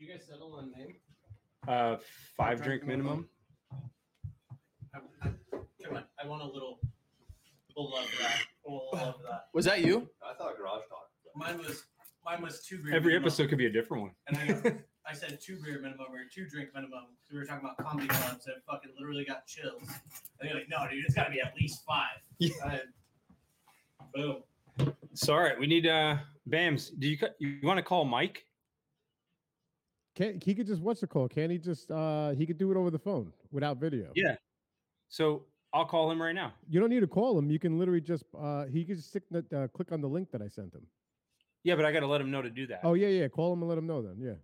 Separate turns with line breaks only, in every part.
guys settle on name?
Uh, five drink minimum.
I, I, come on, I want a little. We'll love that. We'll love that.
Was that you?
I thought Garage Talk.
Mine was mine was two beer.
Every
minimum,
episode could be a different one.
And I, got- I said two beer minimum or two drink minimum because we were talking about comedy clubs and fucking literally got chills. And they're like, no, dude, it's got to be at least five. Yeah. boom.
So, all right, we need uh, Bams. Do you ca- you want to call Mike?
Can he could just what's the call? Can he just uh he could do it over the phone without video?
Yeah. So I'll call him right now.
You don't need to call him. You can literally just uh he could just stick the, uh, click on the link that I sent him.
Yeah, but I got to let him know to do that.
Oh yeah, yeah. Call him and let him know then. Yeah.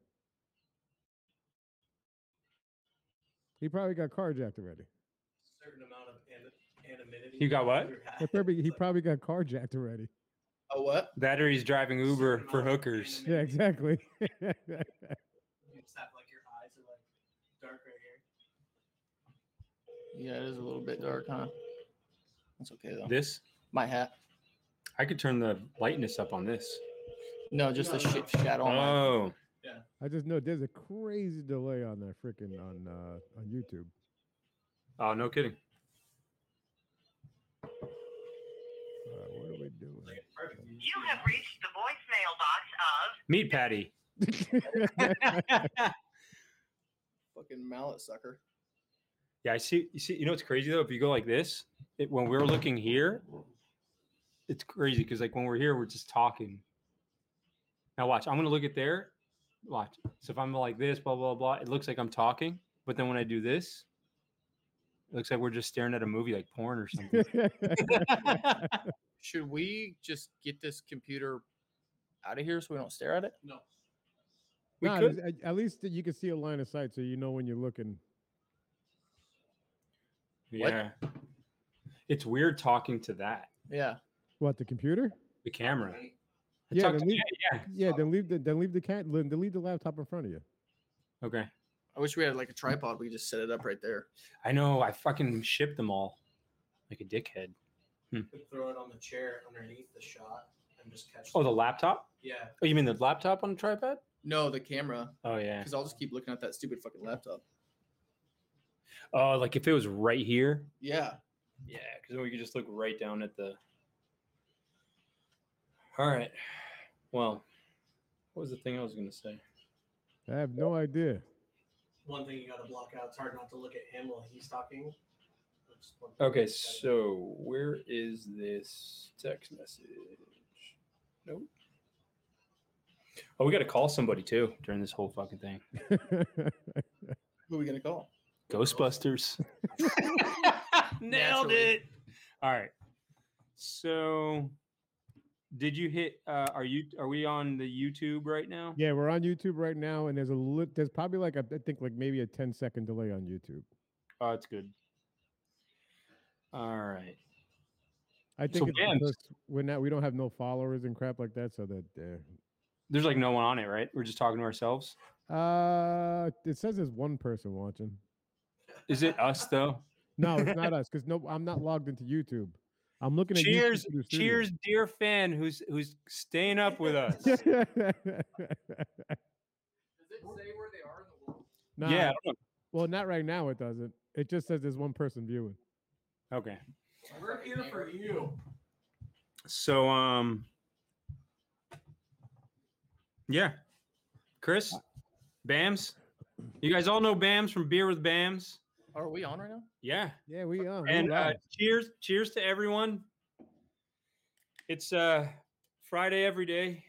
He probably got carjacked already.
Certain amount of an- anonymity.
You got what?
He probably, he probably got carjacked already.
Oh, what?
That or he's driving Uber for hookers.
Yeah, exactly.
You just have like your eyes are like dark right here.
Yeah, it is a little bit dark, huh? That's okay though.
This
My hat.
I could turn the lightness up on this.
No, just the shit shadow. on my-
Oh,
I just know there's a crazy delay on that freaking on uh on YouTube.
oh, no kidding.
Uh, what are we doing?
Like it's perfect.
You have reached the voicemail box of
Meat patty.
Fucking mallet sucker.
Yeah, I see. You see, you know what's crazy though? If you go like this, it, when we're looking here, it's crazy because like when we're here, we're just talking. Now watch. I'm gonna look at there. Watch. So if I'm like this, blah blah blah, it looks like I'm talking. But then when I do this, it looks like we're just staring at a movie like porn or something.
Should we just get this computer out of here so we don't stare at it?
No.
we
Nah,
could.
at- at least you can see a line of sight, so you know when you're looking.
Yeah. It's weird talking to that
Yeah.
What the computer?
the camera. I
Yeah,
talked
then
to-
leave,
yeah.
yeah. Then leave the then leave the cat then leave the laptop in front of you.
yeah. Okay.
I wish we had like a tripod. We could just set it up right there.
I know. I fucking shipped them all like a dickhead.
Could throw it on the chair underneath the shot and just catch.
Oh, the laptop.
yeah.
Oh, you mean the laptop on a tripod?
No, the camera.
Oh yeah.
Because I'll just keep looking at that stupid fucking laptop.
Oh, like if it was right here.
Yeah.
Yeah, because then we could just look right down at the. All right. Well, what was the thing I was going to say?
I have no idea.
One thing you got to block out. It's hard not to look at him while he's talking. That's one thing
Okay,
you gotta-
so where is this text message? Nope. Oh, we got to call somebody too during this whole fucking thing.
Who are we gonna call?
Ghostbusters.
Nailed it.
All right. So, did you hit? Uh, are you? Are we on the YouTube right now?
yeah, we're on YouTube right now, and there's a li- there's probably like a, I think like maybe a 10 second delay on YouTube.
Oh, it's good. All right.
I think it's
Vance-
because we're not we don't have no followers and crap like that, so that uh,
There's like no one on it, right? We're just talking to ourselves.
uh it says there's one person watching.
Is it us though?
No, it's not us because no, I'm not logged into YouTube. I'm looking at YouTube
cheers,
through the studio.
cheers, dear fan who's who's staying up with us.
Does it say where they are in the world?
Nah,
Yeah. I don't
Well, not right now. It doesn't. It just says there's one person viewing.
know. Okay.
We're here for you.
So um Yeah. Chris, Bams. You guys all know Bams from Beer with Bams.
Are we on right now?
Yeah.
Yeah, we are. Oh, we
And uh,
live.
cheers, cheers to everyone. It's uh Friday every day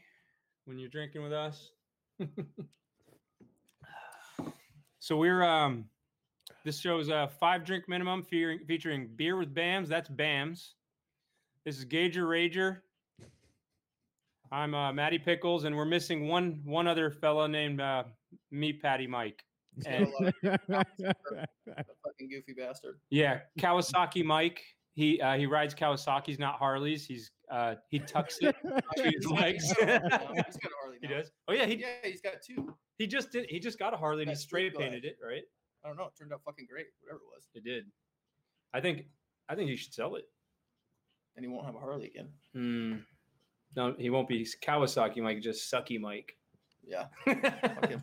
when you're drinking with us. so we're um this show is a five drink minimum fearing, featuring beer with Bams. That's Bams. This is Gager Rager. I'm uh, Matty Pickles, and we're missing one one other fella named uh, me Patty Mike.
Oh,
And
A fucking goofy bastard.
yeah, Kawasaki Mike. He uh, he rides Kawasaki's, not Harleys. He's uh, he tucks it to his legs.
he's got a Harley.
he
now.
does. Oh yeah, he
Yeah, he's got two.
he just did. He just got a Harley. and He
That's
spray
pretty good.
painted it. Right.
I don't know. It turned out fucking great. Whatever it was.
It did. I think I think he should sell it.
And he won't have a Harley again.
Hmm. No, he won't be Kawasaki Mike. Just Sucky Mike.
Yeah.
yeah,
Fucking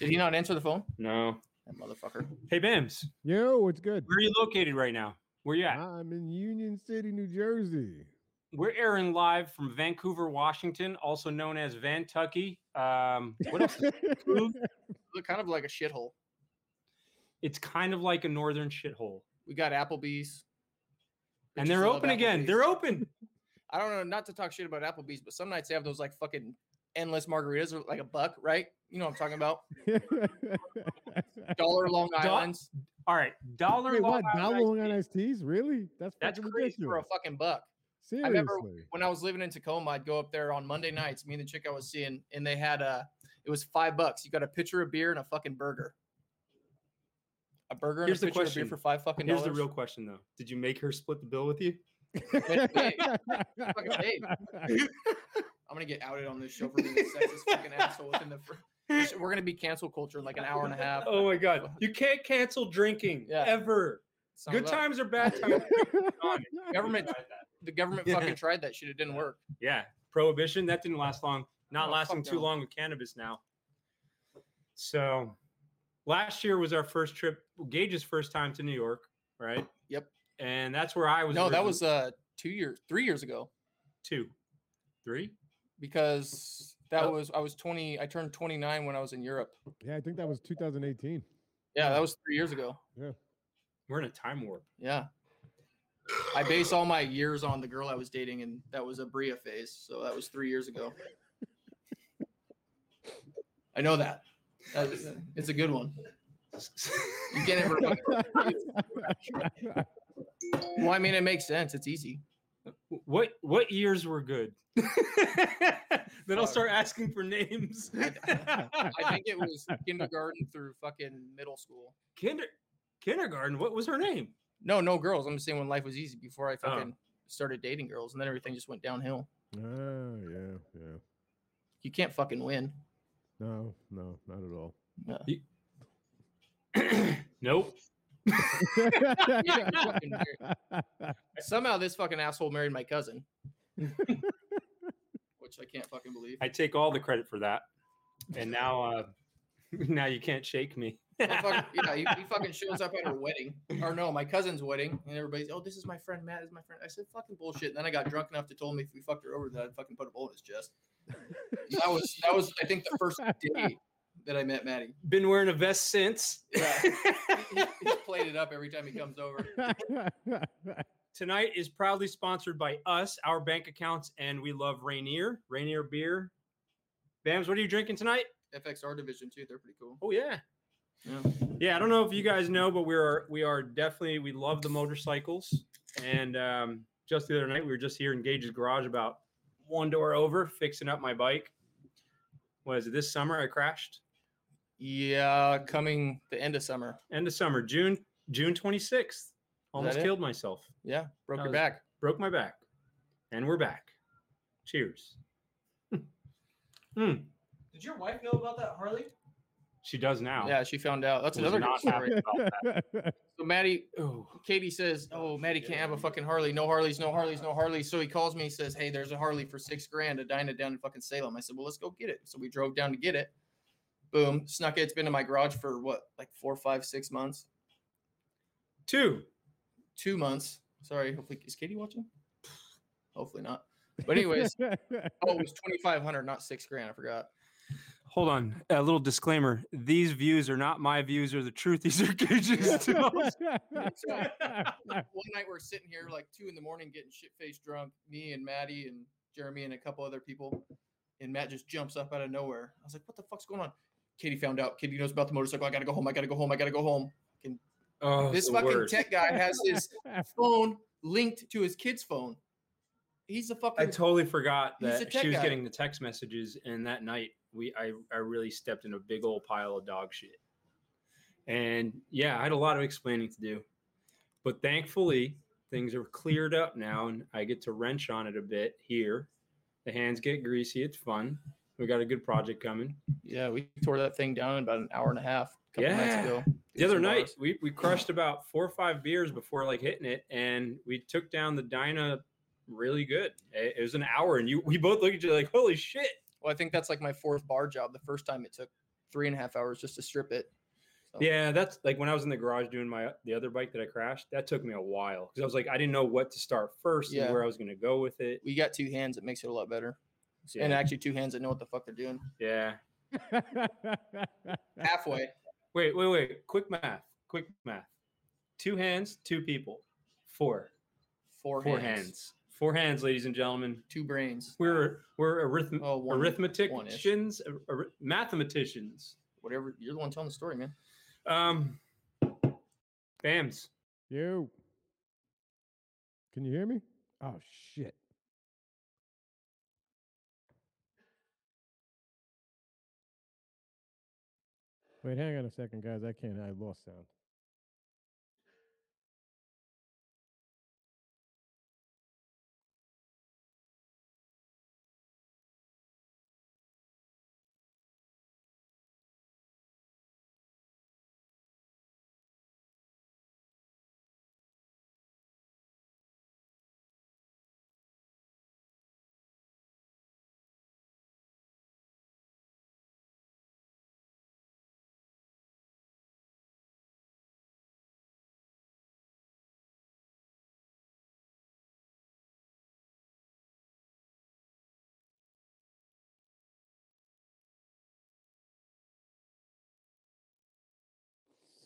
Did he not answer the phone?
No.
That motherfucker.
Hey, Bims,
Yo, what's good?
where are you located right now? Where you at?
I'm in Union City, New Jersey.
We're airing live from Vancouver, Washington, also known as Vantucky. Um, what else?
Look kind of like a shithole.
it's kind of like a northern shithole.
We got Applebee's.
And
Bitches
they're
love
open again.
Applebee's.
They're open.
I don't know, not to talk shit about Applebee's, but some nights they have those like fucking endless margaritas or like a buck, right? You know what I'm talking about? Dollar Long Islands
All right. Dollar
Wait, what?
Long Island
Dollar
iced
Long
tea.
Island iced teas? Really? That's
That's
fucking
crazy
for a
ridiculous.
fucking buck.
Seriously.
remember- When I was living in Tacoma, I'd go up there on Monday nights, me and the chick I was seeing, and they had a it was five bucks. You got a pitcher of beer and a fucking burger. A burger and
Here's the
a pitcher
question.
of beer for five fucking
Here's the
dollars.
real question, though. Did you make her split the bill with you?
Fucking paid. I'm gonna get outed on this show for being a sexist fucking asshole within the fr- we're gonna be cancel culture in like an hour and a half.
Oh my God. You can't cancel drinking
Yeah.
ever.
It's not
Good
allowed.
times or bad times.
Government the government
Yeah.
fucking tried that shit. It didn't work.
yeah. Prohibition, that didn't last long. Not
Oh,
lasting
fuck
too
no.
long with cannabis now. So last year was our first trip, Gage's first time to New York, right?
Yep.
And that's where I was.
No, that
originally-
was uh two years, three years ago
two, three.
because that
Oh.
was I was 20. I turned 29 when I was in Europe.
yeah, I think that was 2018.
Yeah, that was three years ago.
We're in a time warp.
Yeah. I base all my years on the girl I was dating, and that was a Bria phase. So that was three years ago. I know that. That- It's a good one. You can't ever. Well, I mean, it makes sense. It's easy.
what what years were good? then I'll
Fuck.
start asking for names.
I think it was kindergarten through fucking middle school.
Kinder kindergarten. What was her name?
No, no girls. I'm just saying when life was easy before I
Oh.
fucking started dating girls, and then everything just went downhill.
Oh, yeah, yeah.
You can't fucking win.
No, no, not at all.
nope.
Somehow this fucking asshole married my cousin, which I can't fucking believe.
I take all the credit for that. And now uh now you can't shake me.
Motherfucker- yeah, he, he fucking shows up at her wedding, or no, my cousin's wedding, and everybody's, oh, this is my friend Matt, this is my friend. I said fucking bullshit. And then I got drunk enough to tell me if we fucked her over, that I'd fucking put a bullet in his chest. That was that was I think the first day that I met Maddie.
Been wearing a vest since.
Yeah. He- He's played it up every time he comes over.
Tonight is proudly sponsored by us, our bank accounts, and we love Rainier, Rainier beer. Bams, what are you drinking tonight?
FXR division too. They're pretty cool.
Oh yeah.
Yeah.
Yeah, I don't know if you guys know, but we are we are definitely we love the motorcycles. And um, just the other night, we were just here in Gage's garage, about one door over, fixing up my bike. Was it this summer I crashed?
Yeah, coming the end of summer.
End of summer, June June twenty sixth. Almost
it?
killed myself.
Yeah, broke
That
your
was-
back.
Broke my back, and we're back. Cheers. Hmm.
Did your wife know about that Harley?
She does now.
Yeah, she found out. That's
Was
another good
not happy
story.
about that.
So Maddie,
Oh,
Katie says, "Oh, Maddie can't have a fucking Harley. No Harleys, no Harleys, no Harleys." So he calls me. He says, "Hey, there's a Harley for six grand, a Dyna down in fucking Salem." I said, "Well, let's go get it." So we drove down to get it. Boom, snuck it. It's been in my garage for what, like four, five, six months,
two.
two months. Sorry. Hopefully, is Katie watching? Hopefully not. But anyways, oh, it was twenty five hundred, not six grand. I forgot.
Hold on. A little disclaimer. These views are not my views or the truth. These are Gage's.
one night we're sitting here like two in the morning getting shit faced drunk, me and Maddie and Jeremy and a couple other people. And Matt just jumps up out of nowhere. I was like, what the fuck's going on? Katie found out. Katie knows about the motorcycle. I gotta go home. I gotta go home. I gotta go home.
Oh,
this
the
fucking
worst.
tech guy has his phone linked to his kid's phone. He's a
I
fucking
totally forgot
He's a
that
tech
she was
guy.
getting the text messages, and that night we I I really stepped in a big old pile of dog shit. And yeah, I had a lot of explaining to do, but thankfully things are cleared up now, and I get to wrench on it a bit here. The hands get greasy. It's fun. We got a good project coming.
yeah. We tore that thing down in about an hour and a half. a couple nights
Yeah.
ago.
the other
Some
night
bars.
we, we crushed about four or five beers before like hitting it and we took down the dyna really good it, it was an hour and you we both looked at you like holy shit
Well, I think that's like my fourth bar job. The first time it took three and a half hours just to strip it. Oh.
Yeah, that's like when I was in the garage doing my the other bike that I crashed. That took me a while because I was like, I didn't know what to start first
Yeah.
and where I was going to go with it.
We got two hands, it makes it a lot better.
Yeah,
And actually, two hands that know what the fuck they're doing.
yeah.
Halfway.
Wait, wait, wait. Quick math. Quick math. Two hands, two people, four,
Four,
four
hands.
hands, four hands, ladies and gentlemen.
Two brains.
We're we're arithmetic
Oh, one- one-ish.
arithmeticians, ar- ar- mathematicians.
Whatever. You're the one telling the story, man.
Um, Bams.
you. Can you hear me? Oh shit. Wait, hang on a second, guys. I can't. I lost sound.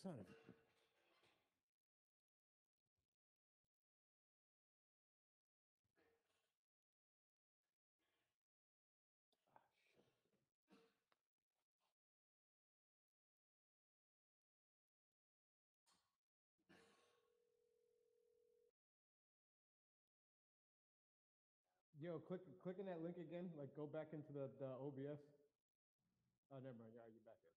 Son of a- Yo, click clicking that link again. Like, go back into the, the OBS. Oh, never mind. Yeah, you back in.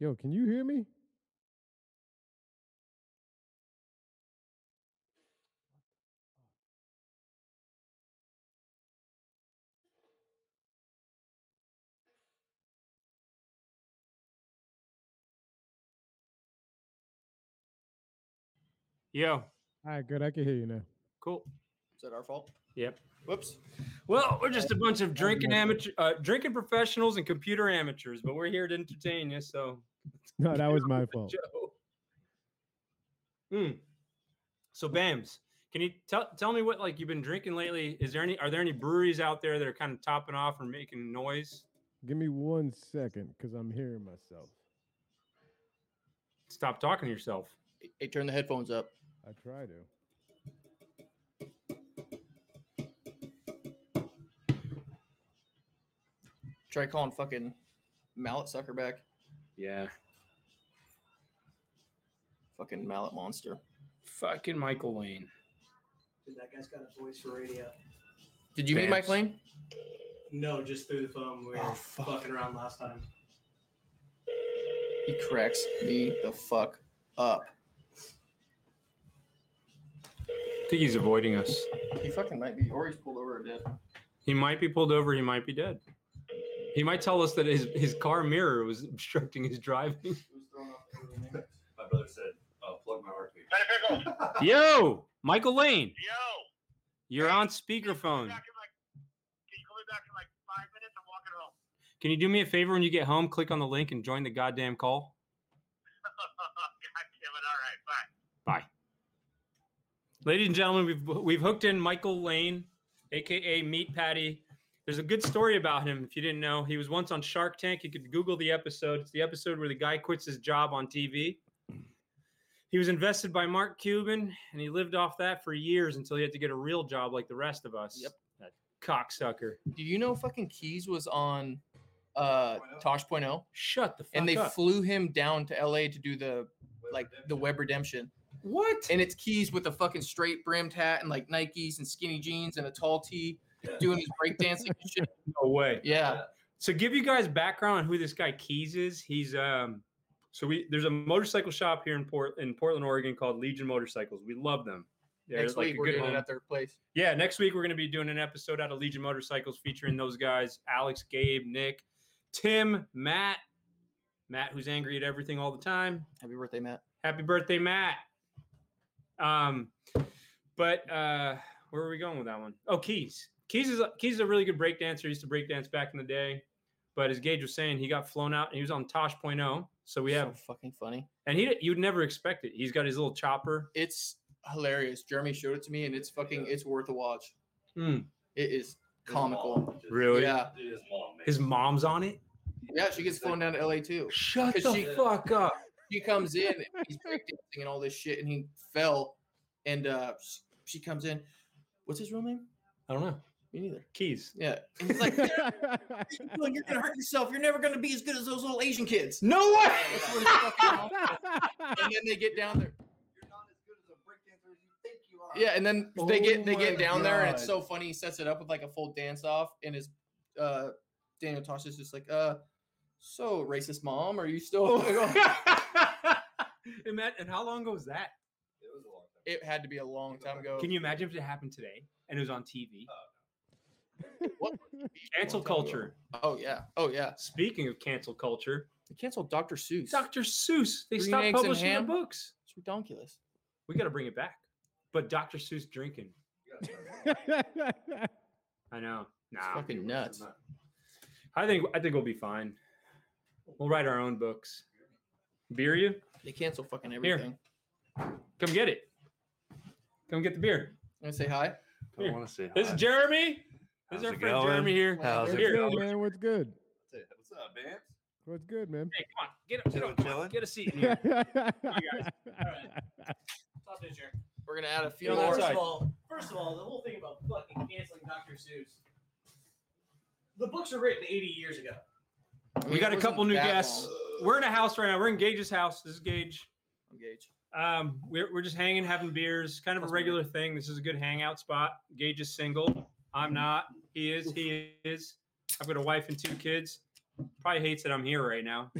Yo, can you hear me?
Yo,
All right, good. I can hear you now.
cool.
Is that our fault?
Yep.
Whoops.
Well, we're just a bunch of drinking amateur, uh, drinking professionals and computer amateurs, but we're here to entertain you. So,
No, Oh, that was my fault.
Joe. Mm. So, Bams, can you tell tell me what like you've been drinking lately? Is there any are there any breweries out there that are kind of topping off or making noise?
Give me one second, cause I'm hearing myself.
Stop talking to yourself.
Hey, turn the headphones up.
I try to.
Try calling fucking mallet sucker back.
Yeah.
Fucking mallet monster.
Fucking Michael Wayne.
Dude, that guy's got a voice for radio.
Did you meet Mike
Vance.
Lane?
No, just through the phone. We were
Oh, fuck.
fucking around last time.
He cracks me the fuck up.
I think he's avoiding us.
He fucking might be. Or he's pulled over or dead.
He might be pulled over. He might be dead. He might tell us that his, his car mirror was obstructing his driving.
He was thrown off the road.
My brother said, oh, plug my heartbeat.
Let it pickle.
Yo, Michael Lane,
Yo.
you're on speakerphone.
Back in like, can you call me back in like five minutes? I'm walking home.
Can you do me a favor when you get home? Click on the link and join the goddamn call.
God damn it. All right. Bye.
Ladies and gentlemen, we've we've hooked in Michael Lane, aka Meat Patty. There's a good story about him. If you didn't know, he was once on Shark Tank. You could Google the episode. It's the episode where the guy quits his job on TV. He was invested by Mark Cuban, and he lived off that for years until he had to get a real job like the rest of us.
Yep.
That cocksucker.
Do you know fucking Keys was on uh Tosh.0 Tosh.0?
Shut the fuck
and they
up.
flew him down to LA to do the like the web redemption.
what?
And it's Keys with a fucking straight brimmed hat and like Nikes and skinny jeans and a tall tee doing his breakdancing and shit.
No way.
Yeah.
So give you guys background on who this guy Keys is. He's um so we there's a motorcycle shop here in Port in Portland, Oregon called Legion Motorcycles. We love them. They're
Next
like
week
a
we're
good
doing it
home.
at their place.
Yeah, next week we're gonna be doing an episode out of Legion Motorcycles featuring those guys, Alex, Gabe, Nick, Tim, Matt, Matt, who's angry at everything all the time.
Happy birthday, Matt.
Happy birthday, Matt. Um, but uh, where are we going with that one? Oh, Keys. Keys is a- Keys is a really good break dancer. He used to break dance back in the day, but as Gage was saying, he got flown out and he was on Tosh.0. So we have,
So fucking funny.
and he you'd never expect it. He's got his little chopper.
It's hilarious. Jeremy showed it to me, and it's fucking. It's worth a watch.
Mm.
It is
His
comical.
mom just-
Really?
Yeah,
Dude, his mom. man.
His mom's on it.
yeah. She gets flown down to LA too.
Shut
'Cause
the
she-
fuck up.
She comes in. And he's breakdancing and all this shit, and he fell, and uh, sh- she comes in. What's his real name?
I don't know.
Me neither.
Keys.
Yeah, and he's like, "Look, you're gonna hurt yourself. You're never gonna be as good as those little Asian kids."
No way.
That's what his fucking mom said. and then they get down there.
You're not as good as a breakdancer as you think you are.
Yeah, and then they get they
Oh
get
my
down there, and it's so
God.
funny. He sets it up with like a full dance off, and his uh, Daniel Tosh is just like, uh, so racist mom, are you
Oh.
still?
and, Matt, and how long ago was that?
It was a long time.
it had to be a long time ago.
Can you imagine if it happened today and it was on TV?
A long
Cancel
time ago.
culture.
Oh yeah, oh yeah.
Speaking of cancel culture,
They canceled Dr. Seuss.
Dr. Seuss, they
Green
stopped
eggs and
publishing their
ham?
books.
It's ridiculous.
We got to bring it back. But Dr. Seuss drinking.
You gotta start with
I know.
It's
Nah.
fucking nuts.
that.
I think I think we'll be fine. We'll write our own books. Beer you?
They cancel fucking everything.
Come get it. Come get the beer.
I'm gonna say hi.
Here.
want to say
This is Jeremy.
How's
This is our
it
friend
going?
Jeremy here.
How's
Here,
it
here.
Good,
going?
man. What's good?
That's it. What's up, man?
What's good, man?
Hey, come on. Get up. Get,
Chillin',
up, come on,
chillin'?
get a seat in here.
Stop this, Jerry.
We're gonna add a few
You know, that's
more.
first
outside.
of all, first of all, the whole thing about fucking canceling Dr. Seuss. The books are written 80 years ago.
I mean,
We
it
got a
wasn't
couple new
that
guests.
long.
We're in a house right now. We're in Gage's house. This is Gage.
I'm Gage.
Um, we're, we're just hanging, having beers, kind of a
That's
regular thing. This is a good hangout spot. Gage is single.
Mm-hmm.
I'm not. He is. He is. I've got a wife and two kids. Probably hates that I'm here right now.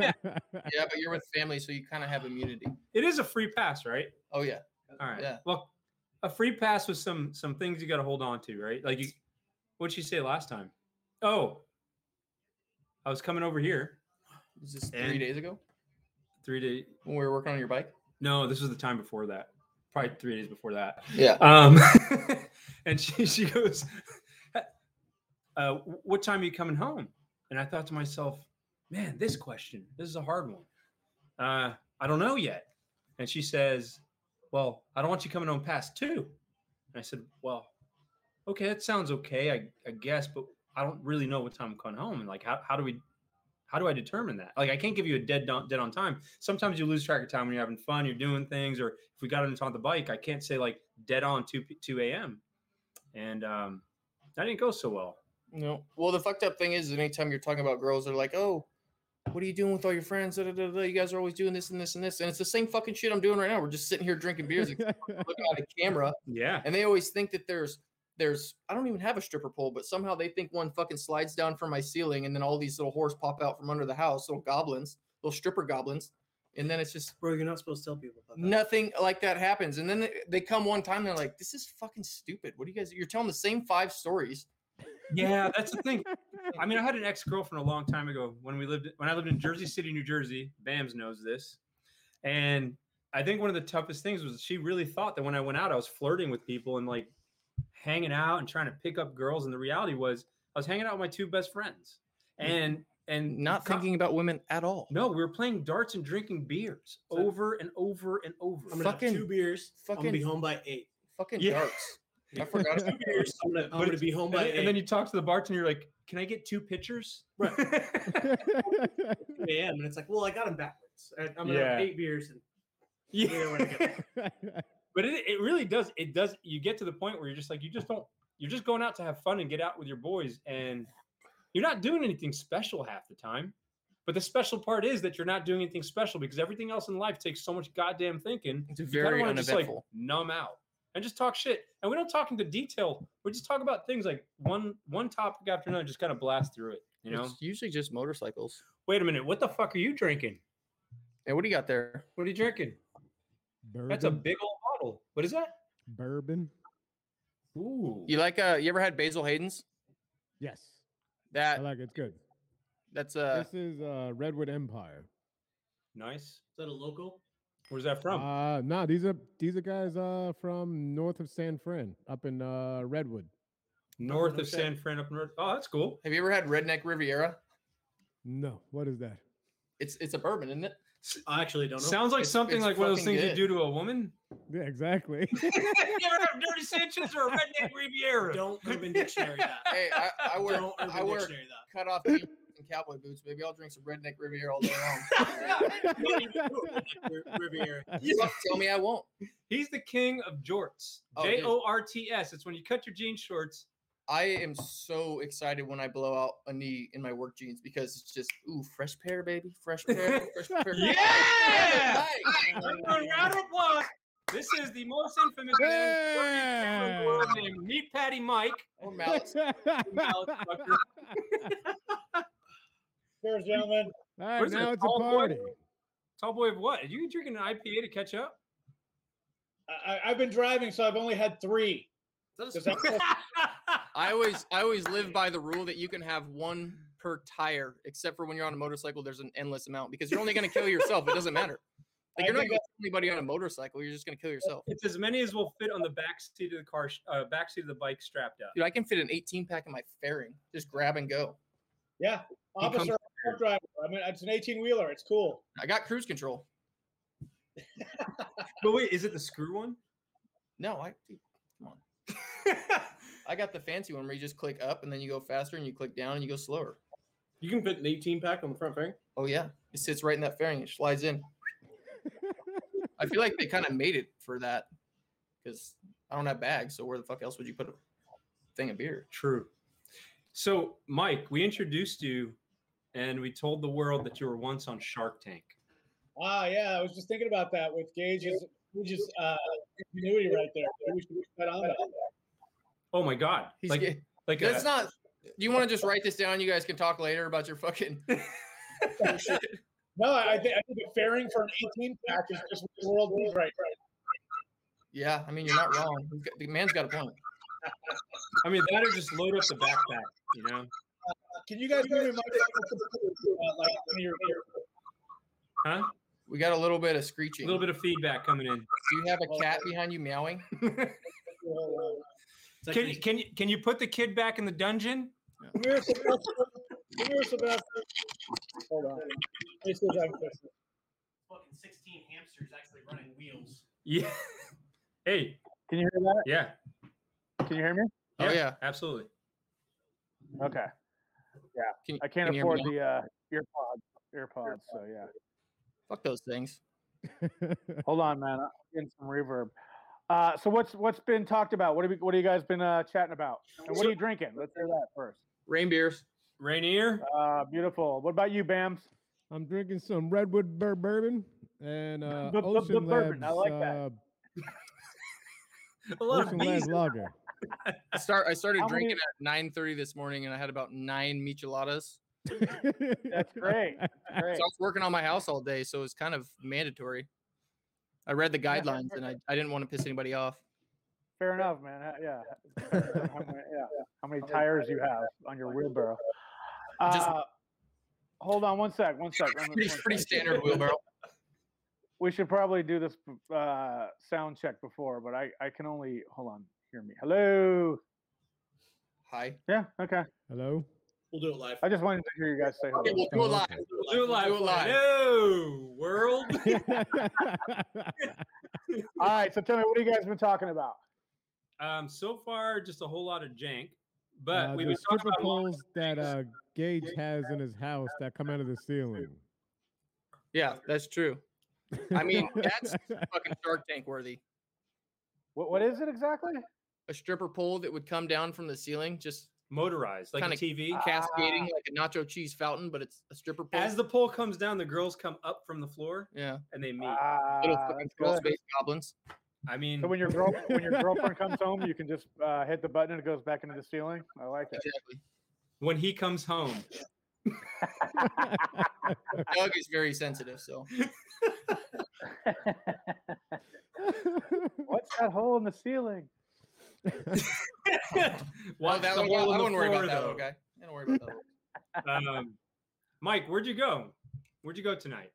Yeah, but you're with family, so you kind of have immunity.
It is a free pass, right?
Oh yeah,
All right.
Yeah.
Well, a free pass with some some things you got to hold on to, right? Like, you, what'd she say last time? Oh, I was coming over here
was this three
And-
days ago
three days.
when we were working on your bike?
No, this was the time before that. Probably three days before that.
Yeah.
Um, and she, she goes, uh, What time are you coming home? And I thought to myself, Man, this question, this is a hard one. Uh, I don't know yet. And she says, Well, I don't want you coming home past two. And I said, Well, okay, that sounds okay, I, I guess, but I don't really know what time I'm coming home. And like, how, how do we, how do I determine that? Like, I can't give you a dead on, dead on time. Sometimes you lose track of time when you're having fun, you're doing things, or if we got on on the bike, I can't say like dead on 2, p- 2 a.m. And um, that didn't go so well.
No. Well, the fucked up thing is, is anytime you're talking about girls, they're like, "Oh, what are you doing with all your friends? Da, da, da, da. You guys are always doing this and this and this." And it's the same fucking shit I'm doing right now. We're just sitting here drinking beers, and looking at a camera,
Yeah.
and they always think that there's there's I don't even have a stripper pole, but somehow they think one fucking slides down from my ceiling, and then all these little whores pop out from under the house, little goblins, little stripper goblins, and then it's just
Bro, you're not supposed to tell people about
nothing like that happens. And then they, they come one time, they're like, "This is fucking stupid. What do you guys? You're telling the same five stories."
Yeah, that's the thing. I mean, I had an ex girlfriend a long time ago when we lived when I lived in Jersey City, New Jersey. Bams knows this, and I think one of the toughest things was she really thought that when I went out, I was flirting with people and like hanging out and trying to pick up girls. And the reality was, I was hanging out with my two best friends, and and
Not
co-
thinking about women at all.
No, we were playing darts and drinking beers over and over and over.
I'm gonna
Fucking-
have two beers. I'm gonna be
fucking-
home by eight.
Fucking
Yeah.
darts. I forgot. about
i
darts.
I'm gonna, I'm
But
gonna be home
and,
by
then, and then
eight.
you talk to the bartender, you're like, "Can I get two pitchers?"
Right. 2
yeah.
a.m. and it's like, well, I got them backwards. I- I'm gonna
Yeah.
have eight beers and
yeah. But it, it really does. It does. You get to the point where you're just like, you just don't. You're just going out to have fun and get out with your boys, and you're not doing anything special half the time. But the special part is that you're not doing anything special because everything else in life takes so much goddamn thinking.
It's
You kinda
very
wanna just like
uneventful.
numb out and just talk shit. And we don't talk into detail. We just talk about things like one one topic after another, just kind of blast through it. You know?
It's usually just motorcycles.
Wait a minute, what the fuck are you drinking?
And what do you got there?
What are you drinking?
Bourbon,
That's a big old bottle. What is that?
bourbon.
Ooh.
You like? Uh, you ever had Basil Hayden's?
Yes, I
That
like it. It's good.
That's uh,
this is uh, Redwood Empire.
Nice.
that a local?
Where's that from?
Uh, nah, these are these are guys uh from north of San Fran, up in uh Redwood.
north
no
of
shit.
San Fran, up north. Oh, that's cool.
have you ever had Redneck Riviera?
No, what is that?
It's it's a bourbon, isn't it?
I actually don't know.
Sounds like
It's-
something
it's
like one of those
fucking
things
good.
you do to a woman.
Yeah, exactly.
you ever have dirty Sanchez or a redneck Riviera?
don't Urban Dictionary that.
Hey, I, I wear
don't Urban
I wear
Dictionary that.
cut off jeans and cowboy boots. Maybe I'll drink some Redneck Riviera all day long.
Riviera.
You don't tell me I won't.
He's the king of jorts.
Oh, dude.
J O R T S. It's when you cut your jean shorts.
I am so excited when I blow out a knee in my work jeans because it's just ooh, fresh pair, baby, fresh pair, fresh pair.
Yeah!
Nice.
round of applause. This is the most infamous man in the world named Meat Patty Mike.
Or malice.
Alex Tucker.
Cheers, gentlemen.
What
All right,
is it,
now it's a
all
party.
white? Tall boy of what? Are you drinking an IPA to catch up?
I, I've been driving, so I've only had three.
That's
Does that-
I always I always live by the rule that you can have one per tire, except for when you're on a motorcycle, there's an endless amount because you're only gonna kill yourself. It doesn't matter.
I
Like you're not
think
gonna kill anybody on a motorcycle, you're just gonna kill yourself.
It's as many as will fit on the back seat of the car, sh- uh, back seat of the bike strapped up.
Dude, I can fit an 18 pack in my fairing. Just grab and go.
Yeah,
He comes
officer, truck driver. I mean, it's an eighteen wheeler. It's cool.
I got cruise control.
But wait, is it the screw one?
No, I dude, come on. I got the fancy one where you just click up and then you go faster and you click down and you go slower.
You can fit an 18 pack on the front fairing.
Oh yeah, it sits right in that fairing. It slides in. I feel like they kind of made it for that because I don't have bags. So where the fuck else would you put a thing of beer?
True. So, Mike, we introduced you and we told the world that you were once on Shark Tank.
Ah, yeah. I was just thinking about that with Gage's Gage's uh, ingenuity right there. Maybe we should put that on that.
Oh my God.
He's
like,
ga-
like
that's
a-
not. Do you want to just write this down? You guys can talk later about your fucking. bullshit.
No, I I think I think a fairing for an eighteen pack is just what the world needs right now.
yeah, I mean you're not wrong. He's got- The man's got a point.
I mean, that or just load up the backpack, you know?
Can you guys give me my uh, like one of your
Huh?
We got a little bit of
A
screeching.
little bit of feedback coming in.
Do you have a cat behind you meowing?
uh,
Can, you- can, you, can you put the kid back in the dungeon?
Come here, Sylvester. Come here, Sylvester. Hold on. Let me see if I can fix it.
fucking 16 hamsters actually running wheels.
Yeah. hey.
Can you hear that?
Yeah.
Can you hear me?
Oh, yeah.
Absolutely.
Okay.
Can,
I
can
can't
you hear
afford
me now?
the uh, ear pods. Ear pods. So yeah.
Fuck those things.
Hold on, man. I'm getting some reverb. Uh, so what's what's been talked about? What have you, what have you guys been uh, chatting about? And what are you drinking? Let's hear that first.
Rain beers.
Rainier.
Uh, beautiful. What about you, Bams?
I'm drinking some Redwood bur- bourbon and uh,
The- the- the
Ocean
bourbon,
Labs,
I like that.
uh,
A lot of
Ocean Labs
bees.
lager.
I start. I started
How many-
drinking at nine thirty this morning, and I had about nine micheladas.
That's great. Great.
So I was working on my house all day, so it's kind of mandatory. I read the guidelines, and I, I didn't want to piss anybody off.
Fair enough, man. Uh, Yeah. Fair enough. How many, yeah. How many tires you have on your wheelbarrow?
Just-
Uh, hold on one sec. One sec. one- one
It's pretty
sec.
standard wheelbarrow.
We should probably do this b- uh, sound check before, but I, I can only hold on. Hear me. Hello.
Hi.
Yeah. Okay.
Hello. Oh,
We'll do it live.
I just wanted to hear you guys say hello.
Okay, we'll do it live.
We'll do it live.
We'll do it
No,
live.
world.
All right. So tell me, what have you guys been talking about?
Um, so far, just a whole lot of jank. But
Uh,
we've
the
been talking
stripper
about a lot of
poles that
things.
uh, Gage has in his house that come out of the ceiling.
Yeah, that's true. I mean, that's fucking Shark Tank worthy.
What, what is it exactly?
A stripper pole that would come down from the ceiling, just
motorized, like
Kinda-
a TV.
cascading like a nacho cheese fountain, but it's a stripper pole.
As the pole comes down, the girls come up from the floor
yeah,
and they meet.
Ah,
little fucking
that's
crawl
good.
space goblins.
I mean,
So when your girl when your girlfriend comes home, you can just uh, hit the button and it goes back into the ceiling. I like it.
Exactly.
when he comes home,
Doug is very sensitive, so
What's that hole in the ceiling?
watch
that
the
one,
hole
I
in the
wouldn't worry
floor,
about that,
though.
okay? I don't worry about that.
um, Mike, where'd you go? Where'd you go tonight?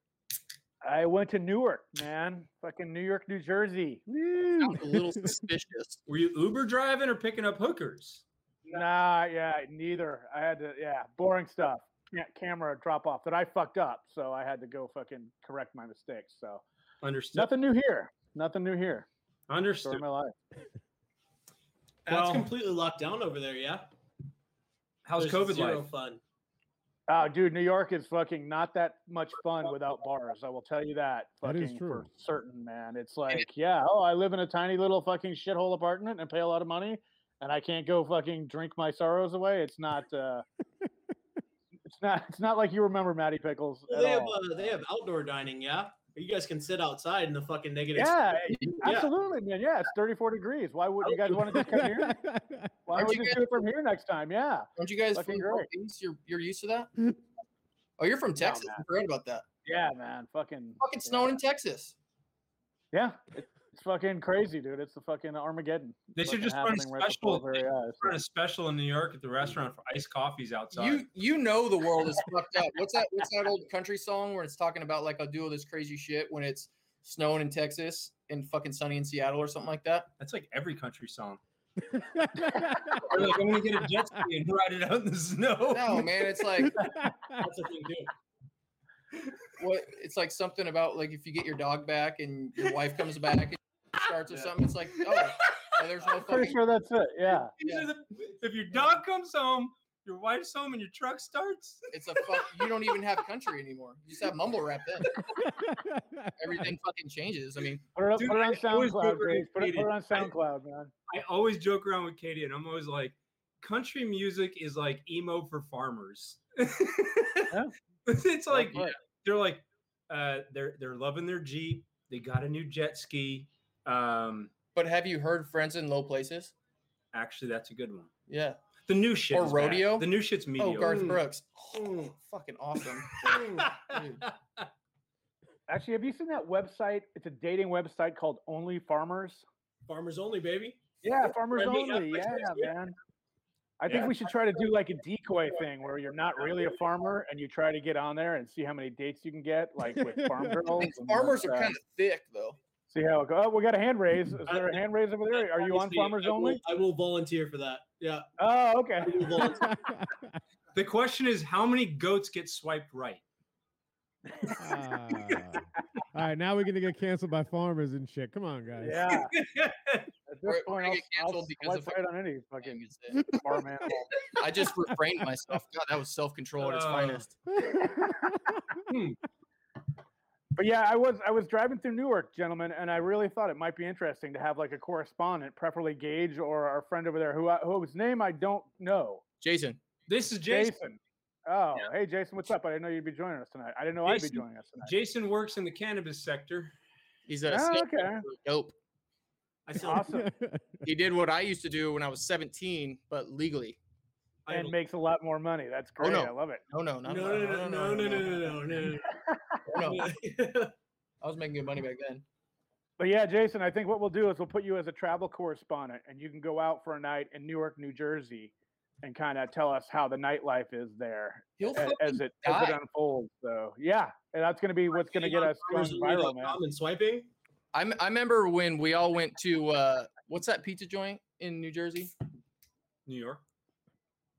I went to Newark, man. Fucking New York, New Jersey. Woo.
a little suspicious.
Were you Uber driving or picking up hookers?
Nah, yeah, neither. I had to, yeah, boring stuff. Yeah, camera drop off that I fucked up, so I had to go fucking correct my mistakes. So
Understood.
nothing new here. Nothing new here. Story
Understood.
of my life.
Well-
That's completely locked down over there. Yeah.
How's
There's
COVID
zero
life?
fun.
Oh, dude, New York is fucking not that much fun without bars. I will tell you that.
That
Fucking
is
for
true.
certain, man. It's like, yeah, oh, I live in a tiny little fucking shithole apartment and pay a lot of money, and I can't go fucking drink my sorrows away. It's not. uh It's not. It's not like you remember Matty Pickles.
Well,
at
they have
all.
uh, they have outdoor dining. Yeah. You guys can sit outside in the fucking negative.
Yeah, absolutely, man. Yeah, it's 34 degrees. Why would you guys want to just come here? Why
Aren't
would
you
you
guys-
just do it from here next time? Yeah.
Aren't you guys
Fucking
from the
great.
Philippines? You're you're used to that? oh, you're from Texas.
man.
I forgot about that.
Yeah, man. Fucking
Fucking snowing in Texas.
Yeah. it- It's fucking crazy, dude. It's the fucking Armageddon.
They should
fucking
just run a
happening right before
special.
our very eyes.
Run a special in New York at the restaurant for iced coffees outside.
You you know the world is fucked up. What's that? What's that old country song where it's talking about like I'll do all this crazy shit when it's snowing in Texas and fucking sunny in Seattle or something like that?
That's like every country song. Or like, I'm gonna get a jet ski and ride it out in the snow.
No, man, it's like
That's the thing too.
what it's like something about like if you get your dog back and your wife comes back and starts or something. It's like oh, oh, there's no
Pretty
fucking
sure that's it. Yeah.
These are the- if your dog comes home, your wife's home, and your truck starts.
It's a fuck. You don't even have country anymore. You just have mumble rap then. Everything fucking changes. I mean,
Put it, up,
Dude,
put it on
I always
SoundCloud,
remember
Grace. Put it, put it
hated-
on SoundCloud, man.
I always joke around with Katie, and I'm always like, country music is like emo for farmers. It's like
right.
they're like uh, they're they're loving their Jeep. They got a new jet ski. Um,
but have you heard Friends in Low Places?
actually, that's a good one.
Yeah.
The new shit
Or
is bad.
rodeo?
The new shit's
Oh,
mediocre.
Garth Brooks. fucking awesome. dude.
Actually, have you seen that website? It's a dating website called Only Farmers.
Farmers only, baby.
Yeah, Farmers
I mean, yeah,
Only.
like,
Yeah,
yeah.
man. I think
Yeah.
we should try to do like a decoy thing where you're not really a farmer and you try to get on there and see how many dates you can get, like with farm girls.
And
and,
farmers are
uh,
kind of thick though.
See how it goes. Oh, we got a hand raise. Is
I-
there a hand raise over there? Are you on
Honestly,
Farmers
I will-
Only?
I will volunteer for that. Yeah.
Oh, okay.
I will volunteer.
The question is, how many goats get swiped right?
Ah. all right, now we're gonna get canceled by farmers and shit. Come on, guys.
Yeah. At this
We're- we're
point,
gonna
I'll,
get
I'll
canceled because of
swipe right on any fucking
You could say.
farm animal.
I just refrained myself. God, that was self control at its
Uh.
Oh.
finest. Hmm.
But yeah, I was I was driving through Newark, gentlemen, and I really thought it might be interesting to have like a correspondent, preferably Gage or our friend over there, who I, whose name I don't know.
Jason,
This is Jason.
Oh, hey Jason, what's up? I didn't know you'd be joining us tonight. I didn't know I'd
Jason-
be joining us tonight.
Jason works in the cannabis sector.
he's
Ah,
a
Oh,
snake
okay.
dope.
I said
Awesome,
He did what I used to do when I was 17, but legally.
I
and makes a lot more money. That's
Oh,
great.
no.
I love it.
No, no, no,
no, no, no, no, no, no, no, no,
no, no.
no.
I was making good money back then.
But yeah, Jason, I think what we'll do is we'll put you as a travel correspondent, and you can go out for a night in Newark, New Jersey, and kind of tell us how the nightlife is there
He'll
a-
fucking
as it as it
die.
unfolds. So yeah, and that's gonna be what's gonna
Getting
get
on
us going viral, man.
farmersonly.com And swiping.
I, m- I remember when we all went to uh, what's that pizza joint in New Jersey?
New York.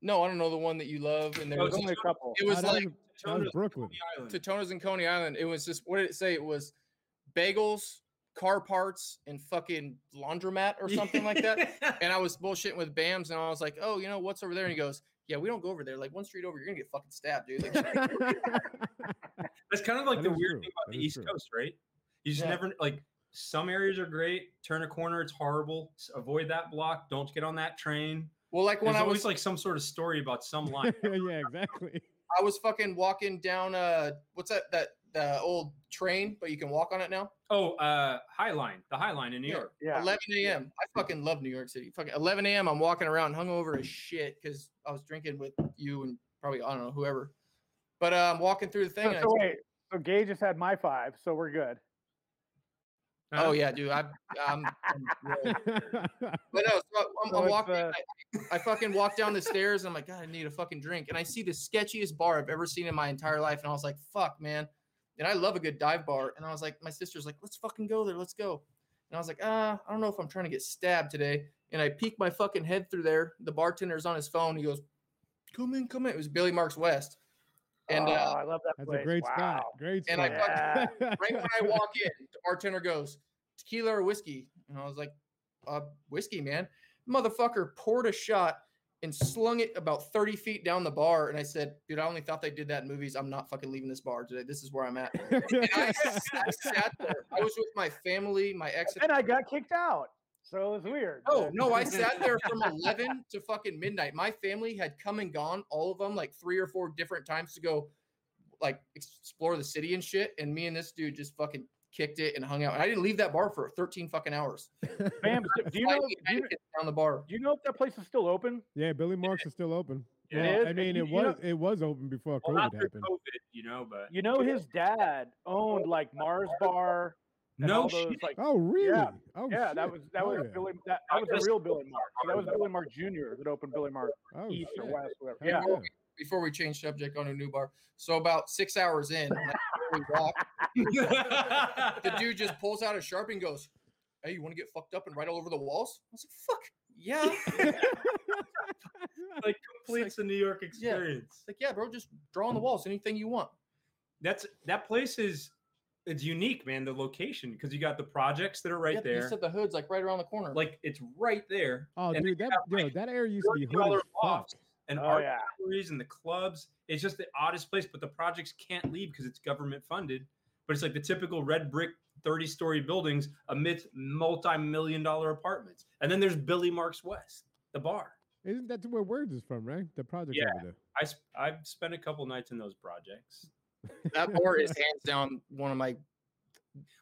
No, I don't know the one that you love. And there
Oh,
There's
was,
only a couple.
it was
that
like
that was Brooklyn.
Island.
Totona's and Coney Island. It was just what did it say? It was bagels, car parts, and fucking laundromat or something like that. And I was bullshitting with Bams, and I was like, "Oh, you know what's over there?" And he goes, "Yeah, we don't go over there. Like one street over, you're gonna get fucking stabbed, dude." Like,
That's kind of like
That
the
is
weird
true.
thing about
That
the
is
East
true.
Coast, right? You just
Yeah.
never like some areas are great. Turn a corner, it's horrible. S- Avoid that block. Don't get on that train.
well, like when
There's
I
always
was
like some sort of story about some line.
yeah, exactly.
I was fucking walking down uh what's that that the old train, but you can walk on it now.
oh, uh, High Line, the High Line in New
Yeah.
York.
Yeah.
11 a.m. I fucking love New York City. Fucking 11 a.m. I'm walking around hungover as shit because I was drinking with you and probably I don't know whoever. But uh, I'm walking through the thing.
So,
and I
so wait, so Gage just had my five, so we're good.
Oh yeah, dude. I, I'm. but no, so I'm,
So
I'm
it's,
walking.
uh,
I, I fucking walk down the stairs and I'm like, God, I need a fucking drink. And I see the sketchiest bar I've ever seen in my entire life, and I was like, Fuck, man. And I love a good dive bar. And I was like, my sister's like, Let's fucking go there. Let's go. And I was like, Ah, I don't know if I'm trying to get stabbed today. And I peek my fucking head through there. The bartender's on his phone. He goes, Come in, come in. It was Billy Marks West. And
Oh,
uh,
I love that
That's
place.
a great
wow.
spot. Great
and
spot.
I fucking, right when I walk in, the bartender goes, tequila or whiskey? And I was like, uh, whiskey, man. Motherfucker poured a shot and slung it about 30 feet down the bar. And I said, dude, I only thought they did that in movies. I'm not fucking leaving this bar today. This is where I'm at. And I, s- I sat there. I was with my family, my ex.
And I got kicked out. So it was weird.
No,
but-
Oh, no, I sat there from 11 to fucking midnight. My family had come and gone, all of them, like three or four different times to go, like, explore the city and shit. And me and this dude just fucking kicked it and hung out. And I didn't leave that bar for 13 fucking hours.
Bam, do- do you know?
Like,
Do you, do
Heineken down the bar.
you know if that place is still open?
yeah, Billy Marks is still open.
Yeah.
Well,
It is,
I
and
mean,
you-
it
you know-
was it was open before
Well,
COVID
after
happened.
COVID, you know, but
You know his dad owned like Mars Bar. and
no
all those,
shit.
like,
Oh really? Oh
yeah, that
shit.
was that
Oh,
was
yeah.
Billy. That, that was the
just-
real Billy Mark. So that was Billy Mark Jr. that opened Billy Mark
Oh,
East
shit.
or West, whatever.
Hell
Yeah.
Before we change subject on a new bar. So, about six hours in, like, we walk, the dude just pulls out a sharpie and goes, Hey, you want to get fucked up and write all over the walls? I was like, Fuck, yeah.
like completes the New York experience.
It's like, yeah, bro, just draw on the walls anything you want.
That's that place is it's unique, man. The location because you got the projects that are right
Yeah, but You
there,
said the hood's like right around the corner.
like it's right there.
Oh,
and
dude,
they
that
have,
yo,
like,
that area used to be
$30
hood as fuck.
offs and
Oh
art
yeah.
galleries and the clubs. It's just the oddest place, but the projects can't leave because it's government funded. But it's like the typical red brick 30 story buildings amidst multi million dollar apartments. And then there's Billy Marks West, the bar.
Isn't that where Words is from, right? The project
Yeah.
over there.
I, sp- I've spent a couple nights in those projects.
that bar is hands down one of my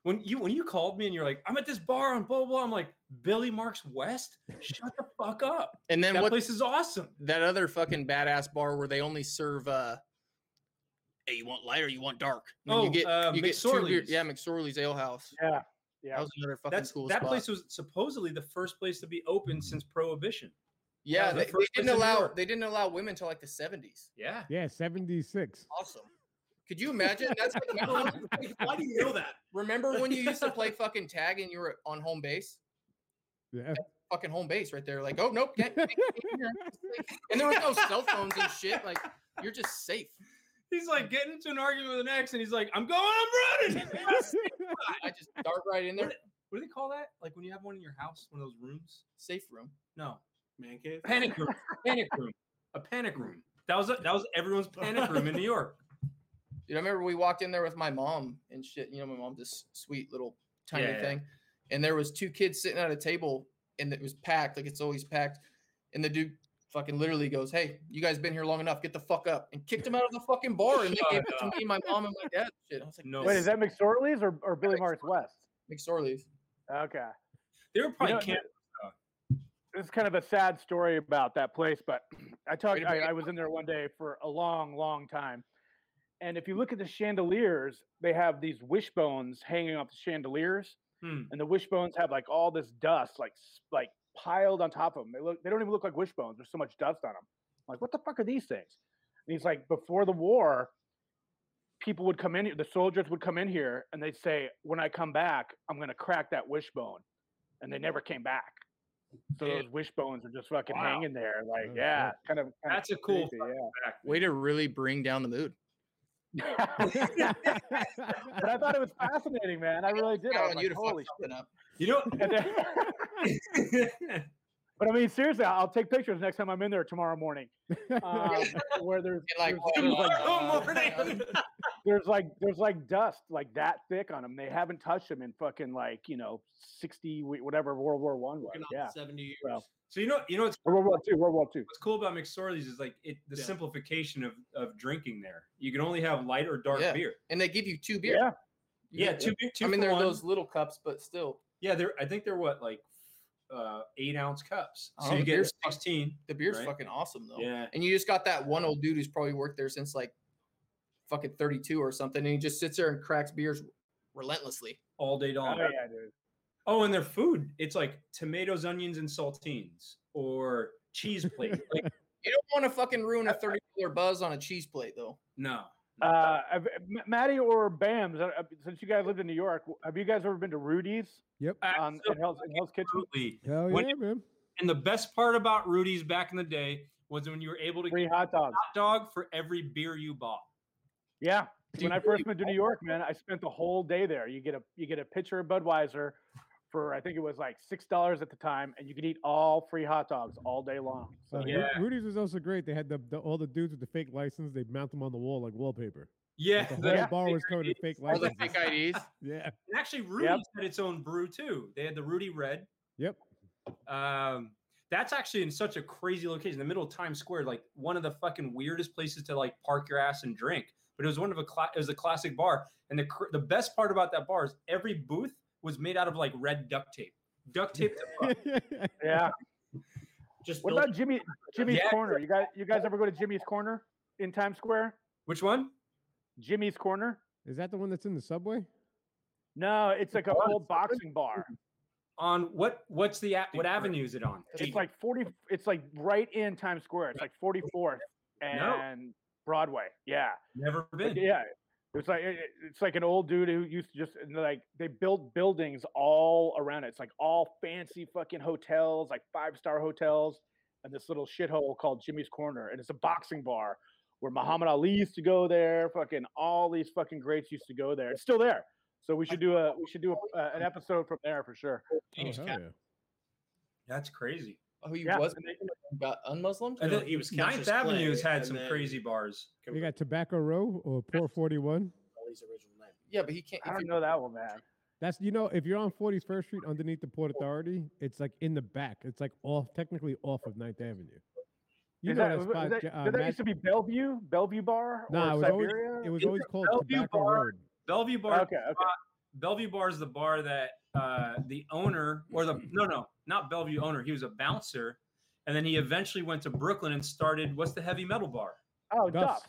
When you when you called me and you're like, I'm at this bar on blah blah, blah," I'm like, Billy Marks West, shut the fuck up.
and then
that
what
place is awesome.
that other fucking badass bar where they only serve uh hey you want light or you want dark And
Oh,
you get
uh,
you get two beer-
McSorley's.
yeah mcsorley's ale house
Yeah. Yeah.
that was another fucking
That's
cool
that
spot.
place was supposedly the first place to be open since Prohibition. was
yeah
the
they, they
first place
didn't
in New
allow
York.
they didn't allow women until like the 70s
Yeah.
Yeah, seventy six.
awesome could you imagine that's like, remember, when-
Why do you know that?
remember when you used to play fucking tag and you were on home base
Yeah.
fucking home base right there like oh nope can't- can't get in here. and there was no cell phones and shit like you're just safe
He's like getting into an argument with an ex, and he's like, "I'm going, I'm running."
i just dart right in there
what do they call that? Like when you have one in your house, one of those rooms?
safe room
No,
Man cave.
panic room, panic room, a panic room. That was that was everyone's panic room in New York.
Dude, I remember we walked in there with my mom and shit. You know, my mom, this sweet little tiny
Yeah, yeah.
thing. And there was two kids sitting at a table and it was packed, like it's always packed. And the dude fucking literally goes, Hey, you guys been here long enough, get the fuck up and kicked him out of the fucking bar. And they gave it to me, my mom, and my dad. and Shit. I was like,
No,
Wait, is that McSorley's or, or Billy
Alex
Marks West?
McSorley's.
Okay.
they were probably
know,
camp.
This is kind of a sad story about that place, but I talked.
to
I,
bring it
I was in there one day for a long, long time, and if you look at the chandeliers, they have these wishbones hanging off the chandeliers,
Hmm.
and the wishbones have like all this dust, like s- like piled on top of them. They look. They don't even look like wishbones. There's so much dust on them. like, what the fuck are these things? And he's like, before the war, people would come in here. The soldiers would come in here, and they'd say, "When I come back, I'm gonna crack that wishbone," and they never came back. So
Damn.
those wishbones are just fucking
Wow.
hanging there, like
Oh,
yeah,
shit.
kind of. kind of
That's a cool
creepy,
Way to really bring down the mood.
yeah. but I thought it was fascinating, man. I really did. I was
Telling you
like,
to fuck
holy
something up.
You know,
shit. but I mean, seriously, I'll take pictures next time I'm in there tomorrow morning, um, where there's
And like,
there's-
what,
there's,
uh,
like,
morning.
there's like there's like dust like that thick on them. They haven't touched them in fucking like you know sixty wh- whatever World War One was. Yeah,
70 years.
Well,
so you know, you know what's,
or World War Two. World War Two.
what's cool about McSorley's is like it the
Yeah.
simplification of of drinking there. You can only have light or dark
Yeah.
beer.
And they give you two beers.
Yeah,
Yeah, two beer. Two
I mean,
for
they're
one.
those little cups, but still,
Yeah, they're. I think they're what like uh eight ounce cups.
I
So
don't
you
know, beer's
get
fuck-
sixteen.
the beer's
Right.
fucking awesome though.
Yeah.
and you just got that one old dude who's probably worked there since like fucking 32 or something and he just sits there and cracks beers relentlessly
all day long.
oh yeah, dude.
Oh, and their food, it's like tomatoes, onions, and saltines or cheese plate. Like,
You don't want to fucking ruin a thirty dollar buzz on a cheese plate though.
no.
Uh, have- M- Maddie or Bams, uh, uh, since you guys lived in New York, have you guys ever been to Rudy's
Yep.
on in Hell's, in Hell's Kitchen?
Absolutely.
Hell
When-
yeah, man.
And the best part about Rudy's back in the day was when you were able to get
Free hot dogs.
a hot dog for every beer you bought.
Yeah.
Dude,
when I first moved to New York, man, I spent the whole day there. You get a you get a pitcher of Budweiser for I think it was like six dollars at the time, and you could eat all free hot dogs all day long. So
Uh, Ru-
yeah.
Rudy's was also great. They had the, the all the dudes with the fake license. They mount them on the wall like wallpaper.
Yeah.
The whole
that's
bar was
favorite
covered in
is-
fake
All the
licenses.
fake IDs.
Yeah.
And actually, Rudy's had its own brew too. They had the Rudy Red.
Yep.
Um, that's actually in such a crazy location, in the middle of Times Square, like one of the fucking weirdest places to like park your ass and drink. But it was one of a cla- it was a classic bar, and the cr- the best part about that bar is every booth was made out of like red duct tape, duct tape.
yeah.
Just
What
build-
about Jimmy Jimmy's
Yeah.
Corner? You guys you guys ever go to Jimmy's Corner in Times Square?
Which one?
Jimmy's Corner?
Is that the one that's in the subway?
No, it's like a old boxing bar.
On what? What's the a- what avenue is it on?
It's like forty. It's like right in Times Square. It's like forty fourth and Broadway. Yeah.
never
Like,
been.
yeah it's like it- it- it's like an old dude who used to just and like they built buildings all around it it's like all fancy fucking hotels like five star hotels and this little shithole called jimmy's corner and it's a boxing bar where muhammad ali used to go there fucking all these fucking greats used to go there it's still there so we should do a we should do a, uh, an episode from there for sure
Oh,
Jeez,
hell
Cap-
yeah.
That's crazy.
Who Oh, he
Yeah,
was
and they-
got unmuslimed?
And
know,
then
he was
Ninth
Cassius
Avenue's
Clay,
had
and
some
then-
crazy bars.
You got Tobacco Row or Poor 41.
Ali's original name.
Yeah, but he can't.
i
if
don't
you-
know that one man
That's you know, if you're on 41st Street underneath the Port Authority, it's like in the back. It's like off, technically off of 9th Avenue. You
Is
know
that,
that
was-
spot?
was that,
Ja- uh,
did that
Matt-
used to be bellevue bellevue bar
Nah, it
or
was always-
siberia
it was
Is
always
it
called
Bellevue
Tobacco
Bar?
Road.
Bellevue Bar
okay okay
Bellevue Bar is the bar that uh, the owner or the no no not Bellevue owner. He was a bouncer, and then he eventually went to Brooklyn and started what's the heavy metal bar?
oh
Duff's.
Duff's.